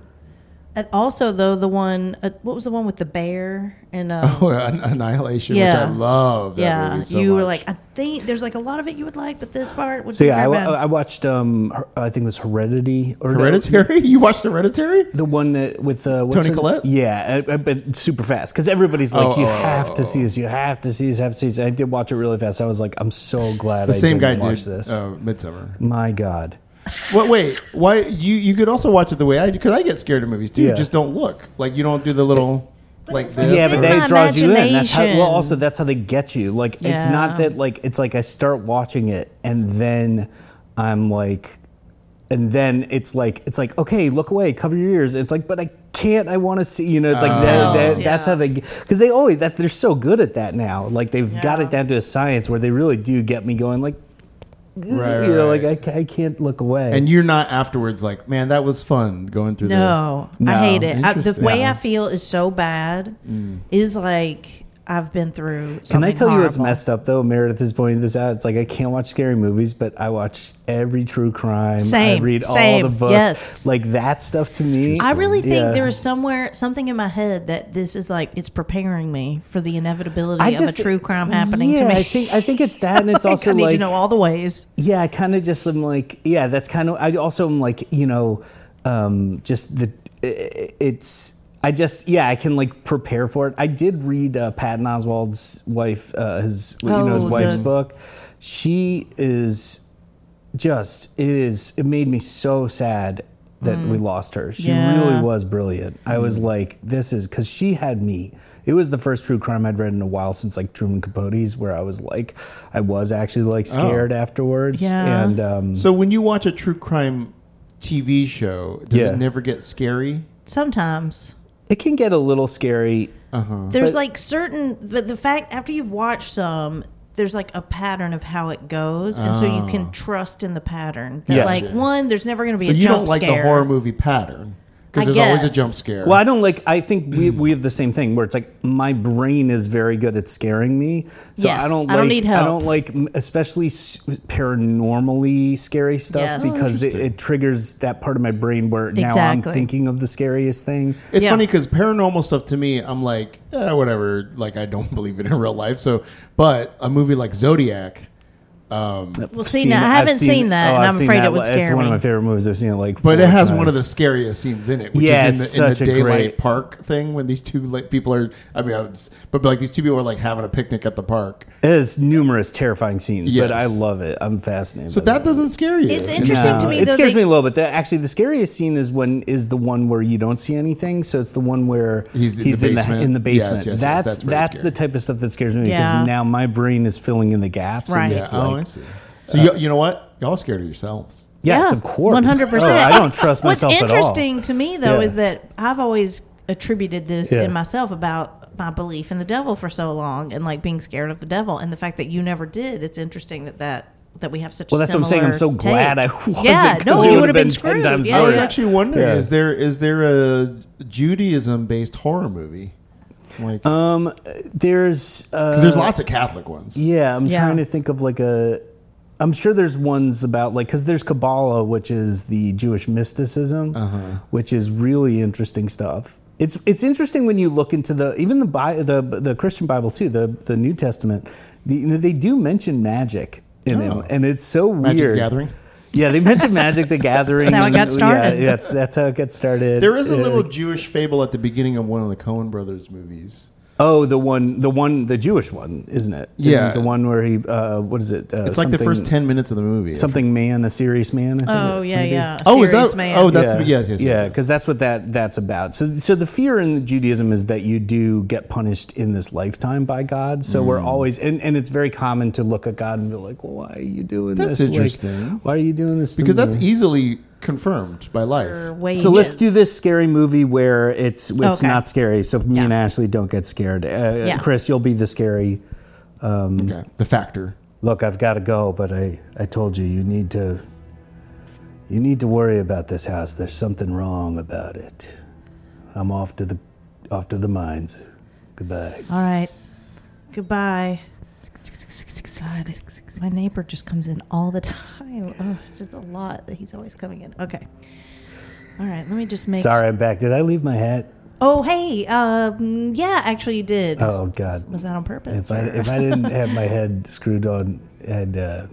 Speaker 4: And also though, the one, uh, what was the one with the bear and um,
Speaker 3: Oh, An- Annihilation,
Speaker 4: Yeah.
Speaker 3: which I love. That
Speaker 4: yeah,
Speaker 3: movie so
Speaker 4: you were
Speaker 3: much.
Speaker 4: like, I think there's like a lot of it you would like, but this part would
Speaker 1: So
Speaker 4: be
Speaker 1: yeah, I,
Speaker 4: very
Speaker 1: wa-
Speaker 4: bad.
Speaker 1: I watched. Um, her- I think it was Heredity or no,
Speaker 3: Hereditary. You watched Hereditary?
Speaker 1: The one that with uh, what's
Speaker 3: Tony
Speaker 1: her-
Speaker 3: Collette?
Speaker 1: Yeah, uh, uh, but super fast because everybody's like,
Speaker 3: Oh,
Speaker 1: "You
Speaker 3: oh,
Speaker 1: have
Speaker 3: oh,
Speaker 1: to see this. You have to see this. Have to see this." I did watch it really fast. I was like, "I'm so glad
Speaker 3: The
Speaker 1: I
Speaker 3: same guy
Speaker 1: didn't watch
Speaker 3: did
Speaker 1: this."
Speaker 3: Uh, Midsummer.
Speaker 1: My God,
Speaker 3: What? Wait. Why? You you could also watch it the way I do because I get scared of movies too. You
Speaker 1: Yeah.
Speaker 3: Just don't look. Like you don't do the little like
Speaker 4: it's
Speaker 3: this.
Speaker 4: It's
Speaker 1: yeah, but
Speaker 4: in
Speaker 1: that
Speaker 4: my
Speaker 1: draws you in. That's how. Well,
Speaker 4: imagination.
Speaker 1: also that's how they get you. Like it's
Speaker 4: Yeah.
Speaker 1: not that like it's like I start watching it and then I'm like, and then it's like it's like okay, look away, cover your ears. It's like, but I can't. I want to see. You know, it's like that,
Speaker 4: Oh.
Speaker 1: that,
Speaker 4: Yeah.
Speaker 1: that's how they because they always that they're so good at that now. Like they've got it down to a science where they really do get me going. Like
Speaker 3: Right,
Speaker 1: you know,
Speaker 3: right.
Speaker 1: like I, ca- I can't look away.
Speaker 3: And you're not afterwards like, man, that was fun going through.
Speaker 4: No, I
Speaker 1: No.
Speaker 4: hate it. I, the
Speaker 3: Interesting.
Speaker 4: way
Speaker 1: No.
Speaker 4: I feel is so bad. Is like I've been through. Something
Speaker 1: Can I tell you what's
Speaker 4: horrible.
Speaker 1: messed up though? Meredith is pointing this out. It's like I can't watch scary movies, but I watch every true crime.
Speaker 4: Same,
Speaker 1: I read
Speaker 4: same,
Speaker 1: all the books.
Speaker 4: yes.
Speaker 1: Like that stuff to me.
Speaker 4: I really think
Speaker 1: Yeah.
Speaker 4: there is somewhere something in my head that this is like it's preparing me for the inevitability
Speaker 1: I
Speaker 4: of a true crime happening
Speaker 1: yeah,
Speaker 4: to me.
Speaker 1: I think I think it's that, and it's
Speaker 4: Like,
Speaker 1: also
Speaker 4: I need
Speaker 1: like
Speaker 4: to know all the ways.
Speaker 1: yeah, I kind of just am like yeah, that's kind of. I also am like you know, um, just the i- it's. I just yeah, I can like prepare for it. I did read uh, Patton Oswald's wife, uh, his you know his
Speaker 4: Oh,
Speaker 1: wife's
Speaker 4: the-
Speaker 1: book. She is just it is it made me so sad that we lost her she
Speaker 4: Mm. Yeah.
Speaker 1: really was brilliant i was
Speaker 4: Mm-hmm.
Speaker 1: like this is because she had me it was the first true crime i'd read in a while since like truman capote's where i was like i was actually like scared afterwards
Speaker 4: Oh. Yeah.
Speaker 1: and um
Speaker 3: The, so when you watch a true crime TV show, does
Speaker 1: Yeah.
Speaker 3: it never get scary?
Speaker 4: Sometimes
Speaker 1: it can get a little scary
Speaker 4: there's
Speaker 1: Mm. But-
Speaker 4: like certain, but the fact after you've watched some. There's like a pattern of how it goes, and so you can trust in the pattern. That
Speaker 1: Oh. Yeah.
Speaker 4: like one, there's never going to be
Speaker 3: So
Speaker 4: a
Speaker 3: you
Speaker 4: jump
Speaker 3: don't like
Speaker 4: scare.
Speaker 3: the horror movie pattern
Speaker 4: I
Speaker 3: because there's always
Speaker 4: guess.
Speaker 3: a jump scare.
Speaker 1: Well, I don't like. I think
Speaker 4: Mm-hmm.
Speaker 1: we we have the same thing where it's like my brain is very good at scaring me, so
Speaker 4: Yes,
Speaker 1: I don't.
Speaker 4: I
Speaker 1: Like,
Speaker 4: don't need help.
Speaker 1: I don't like m- especially s- paranormally scary stuff
Speaker 4: Yes. Oh,
Speaker 1: because it, it triggers that part of my brain where now I'm
Speaker 4: Exactly.
Speaker 1: thinking of the scariest thing.
Speaker 3: It's
Speaker 4: Yeah.
Speaker 3: funny 'cause funny because paranormal stuff to me, I'm like, eh, whatever. Like, I don't believe it in real life. So, but a movie like Zodiac,
Speaker 4: Well,
Speaker 1: I've
Speaker 4: see, now,
Speaker 1: it-
Speaker 4: I
Speaker 1: I've
Speaker 4: haven't seen, that,
Speaker 1: oh,
Speaker 4: and
Speaker 1: I've
Speaker 4: I'm
Speaker 1: seen
Speaker 4: afraid
Speaker 1: that.
Speaker 4: it would
Speaker 1: It's
Speaker 4: scare
Speaker 1: one of
Speaker 4: me.
Speaker 1: my favorite movies. I've seen it like,
Speaker 3: but
Speaker 1: four
Speaker 3: it has one
Speaker 1: times.
Speaker 3: of the scariest scenes in it, which
Speaker 1: Yeah,
Speaker 3: is
Speaker 1: it's
Speaker 3: in the, in
Speaker 1: such
Speaker 3: the
Speaker 1: a
Speaker 3: daylight
Speaker 1: great-
Speaker 3: park thing when these two like people are. I mean, I was, but like these two people are like having a picnic at the park.
Speaker 1: It has numerous terrifying scenes,
Speaker 3: Yes.
Speaker 1: but I love it. I'm fascinated.
Speaker 3: So
Speaker 1: by
Speaker 3: that Uh, doesn't scare you.
Speaker 4: It's interesting to me,
Speaker 1: It
Speaker 4: though,
Speaker 1: scares
Speaker 4: they-
Speaker 1: me a little bit. The, actually, the scariest scene is when is the one where you don't see anything. So it's the one where
Speaker 3: He's in the
Speaker 1: in the
Speaker 3: basement.
Speaker 1: in the
Speaker 3: Yes,
Speaker 1: basement.
Speaker 3: yes, yes,
Speaker 1: that's
Speaker 3: that's
Speaker 1: that's,
Speaker 3: very scary.
Speaker 1: the type of stuff that scares me
Speaker 4: Yeah.
Speaker 1: because now my brain is filling in the gaps.
Speaker 4: Right.
Speaker 1: And
Speaker 3: Yeah.
Speaker 1: it's
Speaker 3: oh,
Speaker 1: like,
Speaker 3: I see. So you, you know what? Y'all scared of yourselves.
Speaker 1: yes,
Speaker 4: Yeah,
Speaker 1: of course,
Speaker 4: 100%.
Speaker 1: Oh, I don't trust
Speaker 4: What's
Speaker 1: myself at all.
Speaker 4: interesting to me, though,
Speaker 1: Yeah.
Speaker 4: is that I've always attributed this
Speaker 1: Yeah.
Speaker 4: in myself about my belief in the devil for so long and like being scared of the devil. And the fact that you never did, it's interesting that that that we have such.
Speaker 1: Well, that's what I'm saying. I'm so
Speaker 4: similar
Speaker 1: glad
Speaker 4: take.
Speaker 1: I wasn't.
Speaker 4: Yeah,
Speaker 1: 'cause
Speaker 4: no,
Speaker 1: it would've
Speaker 4: you would have been,
Speaker 1: 10
Speaker 4: screwed.
Speaker 1: times
Speaker 4: yeah,
Speaker 3: I was
Speaker 4: yeah.
Speaker 3: actually wondering:
Speaker 1: Yeah.
Speaker 3: is there is there a Judaism based horror movie? Like, because
Speaker 1: Um, there's uh,
Speaker 3: there's lots of Catholic ones.
Speaker 1: Yeah, I'm
Speaker 4: Yeah.
Speaker 1: trying to think of like a. I'm sure there's ones about like because there's Kabbalah, which is the Jewish mysticism,
Speaker 3: Uh-huh.
Speaker 1: which is really interesting stuff. It's it's interesting when you look into the even the Bi- the the Christian Bible too, the the New Testament. The, you know, they do mention magic in
Speaker 3: Oh.
Speaker 1: them, and it's so
Speaker 3: Magic the
Speaker 1: weird.
Speaker 3: Gathering?
Speaker 1: Yeah, they mentioned Magic the Gathering.
Speaker 4: That's how it
Speaker 1: and-
Speaker 4: got started.
Speaker 1: Yeah, that's that's how it got started.
Speaker 3: There is a
Speaker 1: Yeah.
Speaker 3: little Jewish fable at the beginning of one of the Coen Brothers movies.
Speaker 1: oh, the one, the one, the Jewish one, isn't it? Isn't
Speaker 3: Yeah.
Speaker 1: it the one where he, uh, what is it? Uh,
Speaker 3: It's like the first
Speaker 1: something-
Speaker 3: ten minutes of the movie.
Speaker 1: something man, a serious man. I think
Speaker 4: Oh
Speaker 1: it-
Speaker 4: yeah,
Speaker 1: maybe.
Speaker 4: yeah. A
Speaker 3: Oh, is
Speaker 4: serious
Speaker 3: that-
Speaker 4: Man.
Speaker 3: oh, that- That's- yes, yes, yes,
Speaker 1: yeah,
Speaker 3: yes.
Speaker 1: because that's what that that's about. So, so the fear in Judaism is that you do get punished in this lifetime by God. So
Speaker 3: Mm.
Speaker 1: we're always, and, and it's very common to look at God and be like, well, "Why are you doing
Speaker 3: That's
Speaker 1: this? Like,
Speaker 3: interesting.
Speaker 1: why are you doing this?" to
Speaker 3: because
Speaker 1: me?"
Speaker 3: that's easily confirmed by life.
Speaker 4: Wait.
Speaker 1: So let's do this scary movie where it's it's
Speaker 4: Okay.
Speaker 1: not scary. So if me and
Speaker 4: Yeah.
Speaker 1: Ashley don't get scared, uh,
Speaker 4: Yeah.
Speaker 1: Chris, you'll be the scary.
Speaker 3: Okay. The factor.
Speaker 1: Look, I've got to go, but I I told you you need to. You need to worry about this house. There's something wrong about it. I'm off to the off to the mines. Goodbye.
Speaker 4: All right. Goodbye. God, my neighbor just comes in all the time. Oh, it's just a lot that he's always coming in. Okay. All right. Let me just make.
Speaker 1: Sorry, I'm back. Did I leave my hat?
Speaker 4: Oh, hey. Um. Yeah, actually, you did.
Speaker 1: Oh God!
Speaker 4: Was that on purpose?
Speaker 1: If I
Speaker 4: or-
Speaker 1: if I didn't have my head screwed on, I'd uh,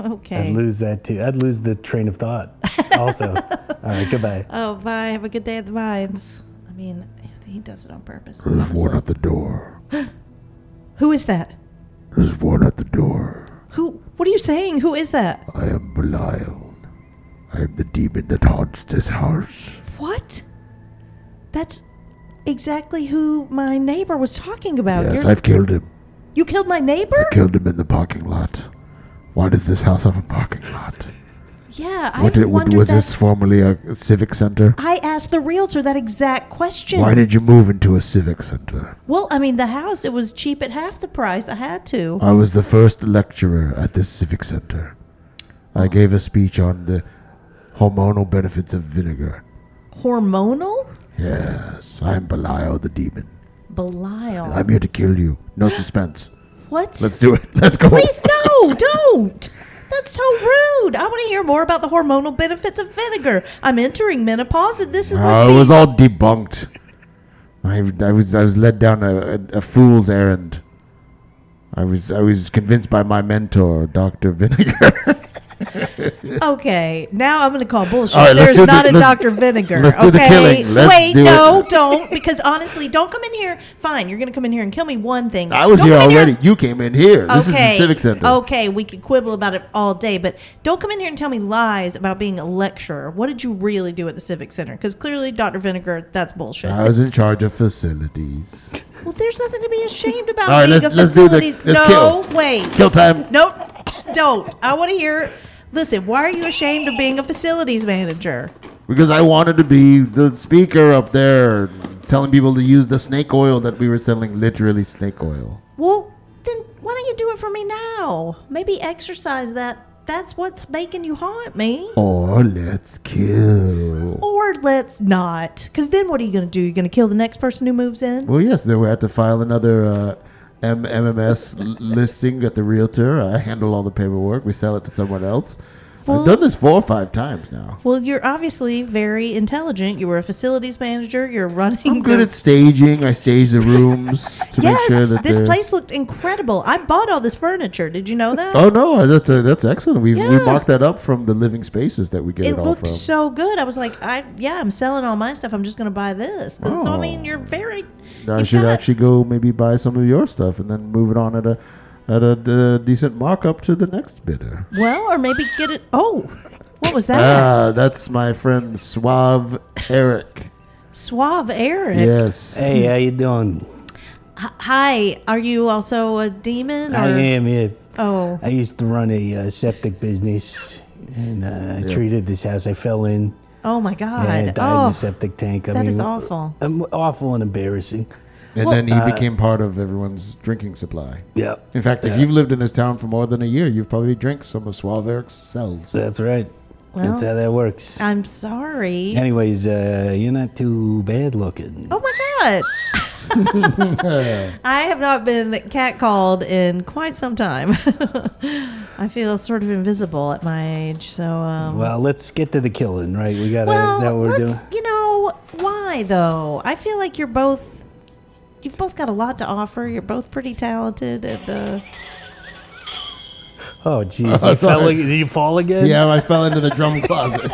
Speaker 1: I'd
Speaker 4: okay.
Speaker 1: lose that too. I'd lose the train of thought. Also, all right. Goodbye.
Speaker 4: Oh, bye. Have a good day at the mines. I mean, he does it on purpose.
Speaker 5: There's one
Speaker 4: honestly.
Speaker 5: at the door.
Speaker 4: Who is that?
Speaker 5: There's one at the door.
Speaker 4: Who? What are you saying? Who is that?
Speaker 5: I am Belial. I am the demon that haunts this house.
Speaker 4: What? That's exactly who my neighbor was talking about.
Speaker 5: yes,
Speaker 4: Oh, You're-
Speaker 5: I've killed him.
Speaker 4: you killed my neighbor?
Speaker 5: I killed him in the parking lot. Why does this house have a parking lot?
Speaker 4: yeah, I
Speaker 5: What,
Speaker 4: wondered
Speaker 5: did, what was
Speaker 4: that.
Speaker 5: this formerly a civic center?
Speaker 4: I asked the realtor that exact question.
Speaker 5: Why did you move into a civic center?
Speaker 4: well, I mean, the house it was cheap at half the price. I had to.
Speaker 5: I was the first lecturer at this civic center.
Speaker 4: Oh.
Speaker 5: I gave a speech on the hormonal benefits of vinegar.
Speaker 4: Hormonal?
Speaker 5: Yes, I am Belial the demon.
Speaker 4: Belial.
Speaker 5: I'm here to kill you. No suspense.
Speaker 4: what?
Speaker 5: Let's do it. Let's go.
Speaker 4: Please no, don't. That's so rude. I want to hear more about the hormonal benefits of vinegar. I'm entering menopause, and this is what
Speaker 5: Uh, it
Speaker 4: we-
Speaker 5: was all debunked. I, I was I was led down a, a, a fool's errand. I was I was convinced by my mentor, Doctor Vinegar.
Speaker 4: Okay, now I'm going to call bullshit.
Speaker 5: All right, let's
Speaker 4: There's
Speaker 5: do the-
Speaker 4: not a
Speaker 5: let's-
Speaker 4: Dr. Vinegar.
Speaker 5: let's
Speaker 4: okay,
Speaker 5: do the killing. Let's
Speaker 4: wait,
Speaker 5: do
Speaker 4: no,
Speaker 5: it.
Speaker 4: don't, because honestly, don't come in here. Fine, you're going to come in here and kill me one thing.
Speaker 5: I was
Speaker 4: Don't
Speaker 5: here
Speaker 4: come in
Speaker 5: already. You came in here. This is the
Speaker 4: Okay, Oh.
Speaker 5: civic center.
Speaker 4: okay, we could quibble about it all day, but don't come in here and tell me lies about being a lecturer. What did you really do at the civic center? Because clearly, Dr. Vinegar, that's bullshit.
Speaker 5: I was in charge of facilities.
Speaker 4: Well, there's nothing to be ashamed about.
Speaker 5: All right,
Speaker 4: being
Speaker 5: let's-
Speaker 4: a
Speaker 5: let's do the-
Speaker 4: facilities.
Speaker 5: let's
Speaker 4: no, wait.
Speaker 5: Kill time.
Speaker 4: No, don't. I want to hear. Listen, why are you ashamed of being a facilities manager?
Speaker 5: Because I wanted to be the speaker up there, telling people to use the snake oil that we were selling. Literally snake oil.
Speaker 4: Well, then why don't you do it for me now? Maybe exercise that. That's what's making you haunt me.
Speaker 5: Or let's kill.
Speaker 4: Or let's not. Because then what are you going to do? You're going to kill the next person who moves in?
Speaker 5: Well, yes, then we had to file another uh, M- MMS l- listing at the realtor. I handle all the paperwork. We sell it to someone else.
Speaker 4: Well-
Speaker 5: I've done this four or five times now.
Speaker 4: Well, you're obviously very intelligent. You were a facilities manager. You're running.
Speaker 5: I'm good
Speaker 4: the-
Speaker 5: at staging. I stage the rooms to
Speaker 4: Yes,
Speaker 5: make sure that
Speaker 4: this
Speaker 5: they're-
Speaker 4: place looked incredible. I bought all this furniture. Did you know that?
Speaker 5: Oh no, that's uh that's excellent. We we
Speaker 4: Yeah.
Speaker 5: marked that up from the living spaces that we get it,
Speaker 4: it
Speaker 5: all
Speaker 4: looked
Speaker 5: from.
Speaker 4: so good. I was like, I yeah, I'm selling all my stuff. I'm just going to buy this. This- So I
Speaker 5: Oh.
Speaker 4: mean, you're very.
Speaker 5: I
Speaker 4: you've
Speaker 5: should
Speaker 4: got-
Speaker 5: actually go maybe buy some of your stuff and then move it on at a at a uh, decent markup to the next bidder.
Speaker 4: Well, or maybe get it. Oh, what was that?
Speaker 5: Ah, that's my friend Suave Eric.
Speaker 4: Suave Eric.
Speaker 5: Yes.
Speaker 1: Hey, how you doing?
Speaker 4: H- Hi, are you also a demon? Or?
Speaker 1: I am. Yeah.
Speaker 4: Oh,
Speaker 1: I used to run a uh, septic business, and uh, I treated this house. I fell in,
Speaker 4: oh my
Speaker 1: and I
Speaker 4: God.
Speaker 1: died in
Speaker 4: oh,
Speaker 1: the septic tank. I
Speaker 4: that
Speaker 1: mean,
Speaker 4: is awful.
Speaker 1: I'm awful and embarrassing.
Speaker 5: And
Speaker 4: Well- uh,
Speaker 5: then he became part of everyone's drinking supply.
Speaker 1: Yep.
Speaker 5: In fact, if
Speaker 1: Yeah.
Speaker 5: you've lived in this town for more than a year, you've probably drank some of Suave Eric's cells.
Speaker 1: That's right. That's
Speaker 4: Well- uh,
Speaker 1: how that works.
Speaker 4: I'm sorry.
Speaker 1: Anyways, uh, you're not too bad looking.
Speaker 4: Oh my god! I have not been catcalled in quite some time. I feel sort of invisible at my age, so um,
Speaker 1: Well, let's get to the killing, right? We got to.
Speaker 4: well,
Speaker 1: is that what we're
Speaker 4: let's-
Speaker 1: doing?
Speaker 4: you know why though? I feel like you're both you've both got a lot to offer. You're both pretty talented, and uh,
Speaker 1: Oh, jeez.
Speaker 5: Oh,
Speaker 1: You fell
Speaker 5: sorry.
Speaker 1: ag- did you fall again?
Speaker 5: Yeah, I fell into the drum closet.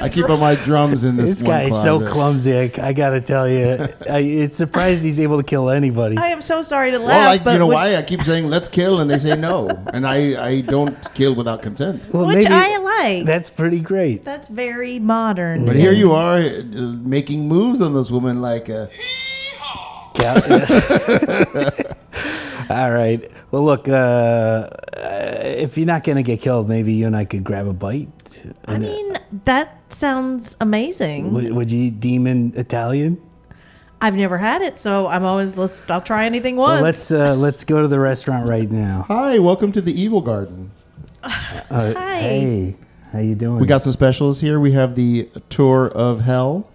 Speaker 5: I keep all my drums in this,
Speaker 1: This
Speaker 5: one
Speaker 1: guy is so
Speaker 5: closet.
Speaker 1: clumsy. I, I got to tell you, I, it's surprised he's able to kill anybody.
Speaker 4: I am so sorry to laugh.
Speaker 3: Well, like
Speaker 4: but
Speaker 3: you know
Speaker 4: when-
Speaker 3: why I keep saying let's kill and they say no, and I I don't kill without consent.
Speaker 1: Well,
Speaker 4: Which
Speaker 1: maybe-
Speaker 4: I like.
Speaker 1: That's pretty great.
Speaker 4: That's very modern.
Speaker 3: But here you are uh, making moves on this woman like uh,
Speaker 1: All right. Well, look, uh, uh, if you're not going to get killed, maybe you and I could grab a bite.
Speaker 4: I mean, that sounds amazing.
Speaker 1: Would, would you eat demon Italian?
Speaker 4: I've never had it, so I'm always let's I'll try anything
Speaker 1: Well,
Speaker 4: once.
Speaker 1: let's uh, let's go to the restaurant right now.
Speaker 3: hi, welcome to the Evil Garden.
Speaker 1: Uh,
Speaker 4: Hi.
Speaker 1: Hey, how you doing?
Speaker 3: We got some specials here. We have the tour of hell,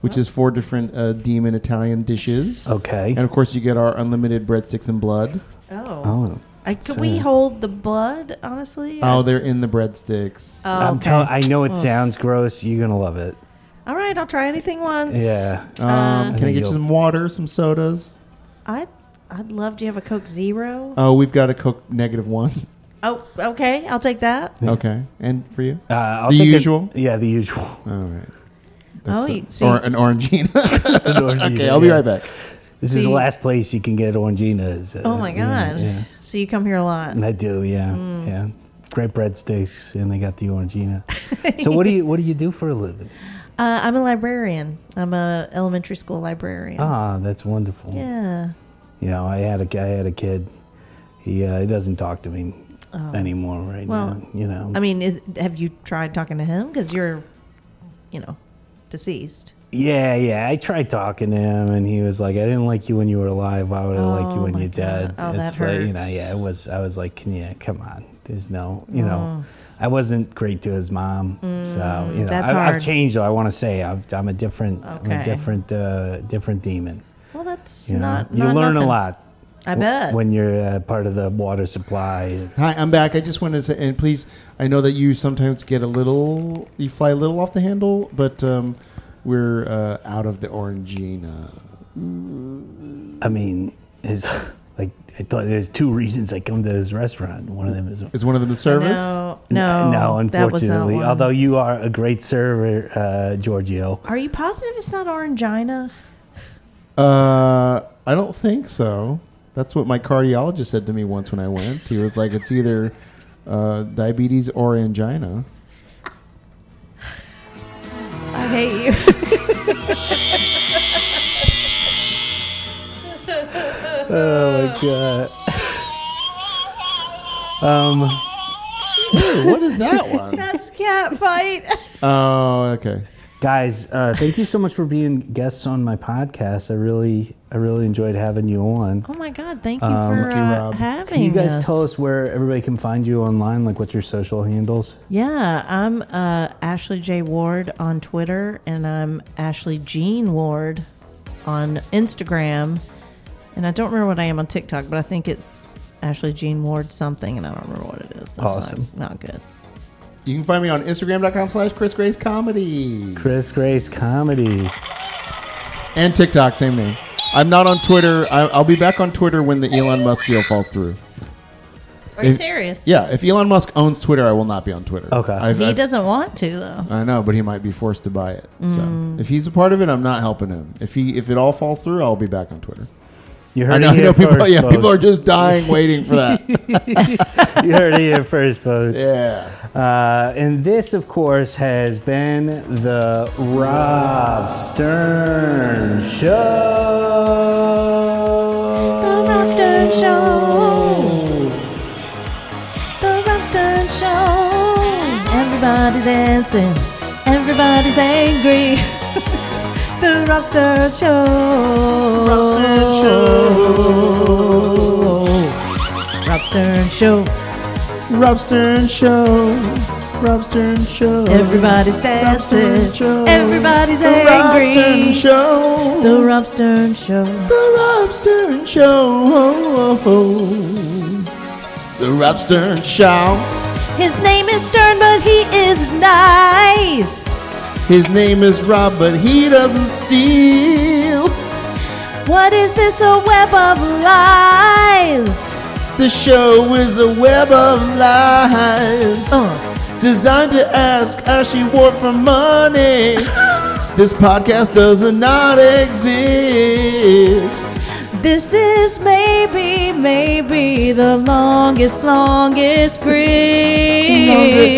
Speaker 3: which is four different uh, demon Italian dishes.
Speaker 1: okay.
Speaker 3: And of course, you get our unlimited breadsticks and blood.
Speaker 4: oh,
Speaker 1: Oh,
Speaker 4: I, could we hold the blood? Honestly,
Speaker 3: Oh, they're in the breadsticks.
Speaker 4: Oh,
Speaker 1: I'm
Speaker 4: okay.
Speaker 1: tell- I know it sounds gross. You're gonna love it.
Speaker 4: All right, I'll try anything once.
Speaker 1: Yeah.
Speaker 4: uh,
Speaker 3: um, can I
Speaker 1: There you
Speaker 3: get you
Speaker 1: go.
Speaker 3: some water, some sodas?
Speaker 4: I I'd love. Do you have a Coke Zero?
Speaker 3: Oh, we've got a Coke negative one.
Speaker 4: Oh, okay, I'll take that.
Speaker 3: Okay, and for you,
Speaker 1: Uh, I'll
Speaker 3: the
Speaker 1: take a-
Speaker 3: usual.
Speaker 1: yeah, the usual.
Speaker 3: All right.
Speaker 4: Oh,
Speaker 3: That's
Speaker 4: you-
Speaker 3: it.
Speaker 4: see.
Speaker 3: or an orangina.
Speaker 1: It's an orangina,
Speaker 3: okay, I'll be
Speaker 1: yeah.
Speaker 3: right back.
Speaker 1: This is
Speaker 4: See?
Speaker 1: the last place you can get orangina. Is, uh,
Speaker 4: Oh my
Speaker 1: yeah,
Speaker 4: god!
Speaker 1: yeah.
Speaker 4: So you come here a lot?
Speaker 1: I do, yeah,
Speaker 4: Mm.
Speaker 1: yeah. Great breadsticks, and they got the orangina. so what do you what do you do for a living?
Speaker 4: Uh, I'm a librarian. I'm a elementary school librarian.
Speaker 1: Ah, that's wonderful.
Speaker 4: Yeah.
Speaker 1: You know, I had a I had a kid. He uh, he doesn't talk to me anymore right
Speaker 4: Oh. Well,
Speaker 1: now. You know,
Speaker 4: I mean, is, have you tried talking to him? Because you're, you know, deceased.
Speaker 1: yeah, yeah. I tried talking to him, and he was like, "I didn't like you when you were alive. Why would I like you
Speaker 4: Oh,
Speaker 1: when
Speaker 4: my
Speaker 1: you're dead?"
Speaker 4: God. Oh, that
Speaker 1: like, you know,
Speaker 4: hurts.
Speaker 1: yeah. It was. I was like, "Can you come on?" There's no, you
Speaker 4: Mm.
Speaker 1: know. I wasn't great to his mom, so you know
Speaker 4: that's
Speaker 1: I,
Speaker 4: hard.
Speaker 1: I've changed. Though I want to say I've, I'm a different, I'm
Speaker 4: Okay.
Speaker 1: a different, uh, different demon.
Speaker 4: Well, that's
Speaker 1: You know,
Speaker 4: not.
Speaker 1: you
Speaker 4: not
Speaker 1: learn a
Speaker 4: nothing.
Speaker 1: lot
Speaker 4: I bet.
Speaker 1: when you're uh, part of the water supply.
Speaker 3: Hi, I'm back. I just wanted to say, and please, I know that you sometimes get a little, you fly a little off the handle, but um, we're uh, out of the Orangina.
Speaker 1: I mean, is like I thought. There's two reasons I come to this restaurant. One of them is
Speaker 3: Is one of them the service?
Speaker 4: No, no,
Speaker 1: no,
Speaker 4: that was
Speaker 1: unfortunately.
Speaker 4: not one.
Speaker 1: Although you are a great server, uh, Giorgio.
Speaker 4: are you positive it's not Orangina?
Speaker 3: Uh, I don't think so. That's what my cardiologist said to me once when I went. He was like, "It's either uh, diabetes or angina."
Speaker 4: I hate you.
Speaker 1: Oh my god. um.
Speaker 3: what is that one?
Speaker 4: That's cat fight.
Speaker 3: Oh, okay.
Speaker 1: guys uh, thank you so much for being guests on my podcast i really i really enjoyed having you on
Speaker 4: Oh my god! Thank you for
Speaker 3: Lucky
Speaker 4: uh,
Speaker 3: Rob.
Speaker 4: having
Speaker 1: Um, can you guys
Speaker 4: us.
Speaker 1: tell us where everybody can find you online like what's your social handles
Speaker 4: Yeah, I'm uh, Ashley J Ward on Twitter, and I'm Ashley Jean Ward on Instagram, and I don't remember what I am on TikTok, but I think it's Ashley Jean Ward something, and I don't remember what it is. That's not-
Speaker 1: Awesome.
Speaker 4: not, good.
Speaker 3: You can find me on Instagram.com slash Chris Grace Comedy
Speaker 1: chris grace comedy
Speaker 3: and TikTok, same name. I'm not on Twitter. I, I'll be back on Twitter when the Elon Musk deal falls through.
Speaker 4: Are you
Speaker 3: Is-
Speaker 4: serious?
Speaker 3: Yeah, if Elon Musk owns Twitter, I will not be on Twitter.
Speaker 1: Okay.
Speaker 3: I've-
Speaker 4: He
Speaker 3: I've-
Speaker 4: doesn't want to though.
Speaker 3: I know, but he might be forced to buy it. So if he's a part of it, I'm not helping him. If he if it all falls through, I'll be back on Twitter.
Speaker 1: you
Speaker 3: I
Speaker 1: heard
Speaker 3: know,
Speaker 1: it
Speaker 3: I
Speaker 1: here
Speaker 3: know people,
Speaker 1: first
Speaker 3: yeah,
Speaker 1: folks.
Speaker 3: people are just dying waiting for that.
Speaker 1: you heard it here first folks
Speaker 3: yeah.
Speaker 1: Uh, and this, of course, has been the Rob Stern Show.
Speaker 4: The Rob Stern Show. The Rob Stern Show. Everybody's dancing. Everybody's angry. the the Rob Stern Show. Rob Stern Show.
Speaker 2: Rob
Speaker 4: Rob Stern Show.
Speaker 2: Stern Show. Rob Stern Show.
Speaker 4: Everybody's
Speaker 2: Rob Stern
Speaker 4: dancing.
Speaker 2: Show.
Speaker 4: Everybody's
Speaker 2: The Rob Stern
Speaker 4: angry.
Speaker 2: Show.
Speaker 4: The Rob Stern Show.
Speaker 2: The Rob Stern Show.
Speaker 3: The Rob Stern Show.
Speaker 4: His name is Stern, but he is nice.
Speaker 3: His name is Rob, but he doesn't steal.
Speaker 4: What is this? A web of lies.
Speaker 3: The show is a web of lies. Designed to ask how she wore for money. this podcast does not exist.
Speaker 4: This is maybe, maybe the longest, longest grid.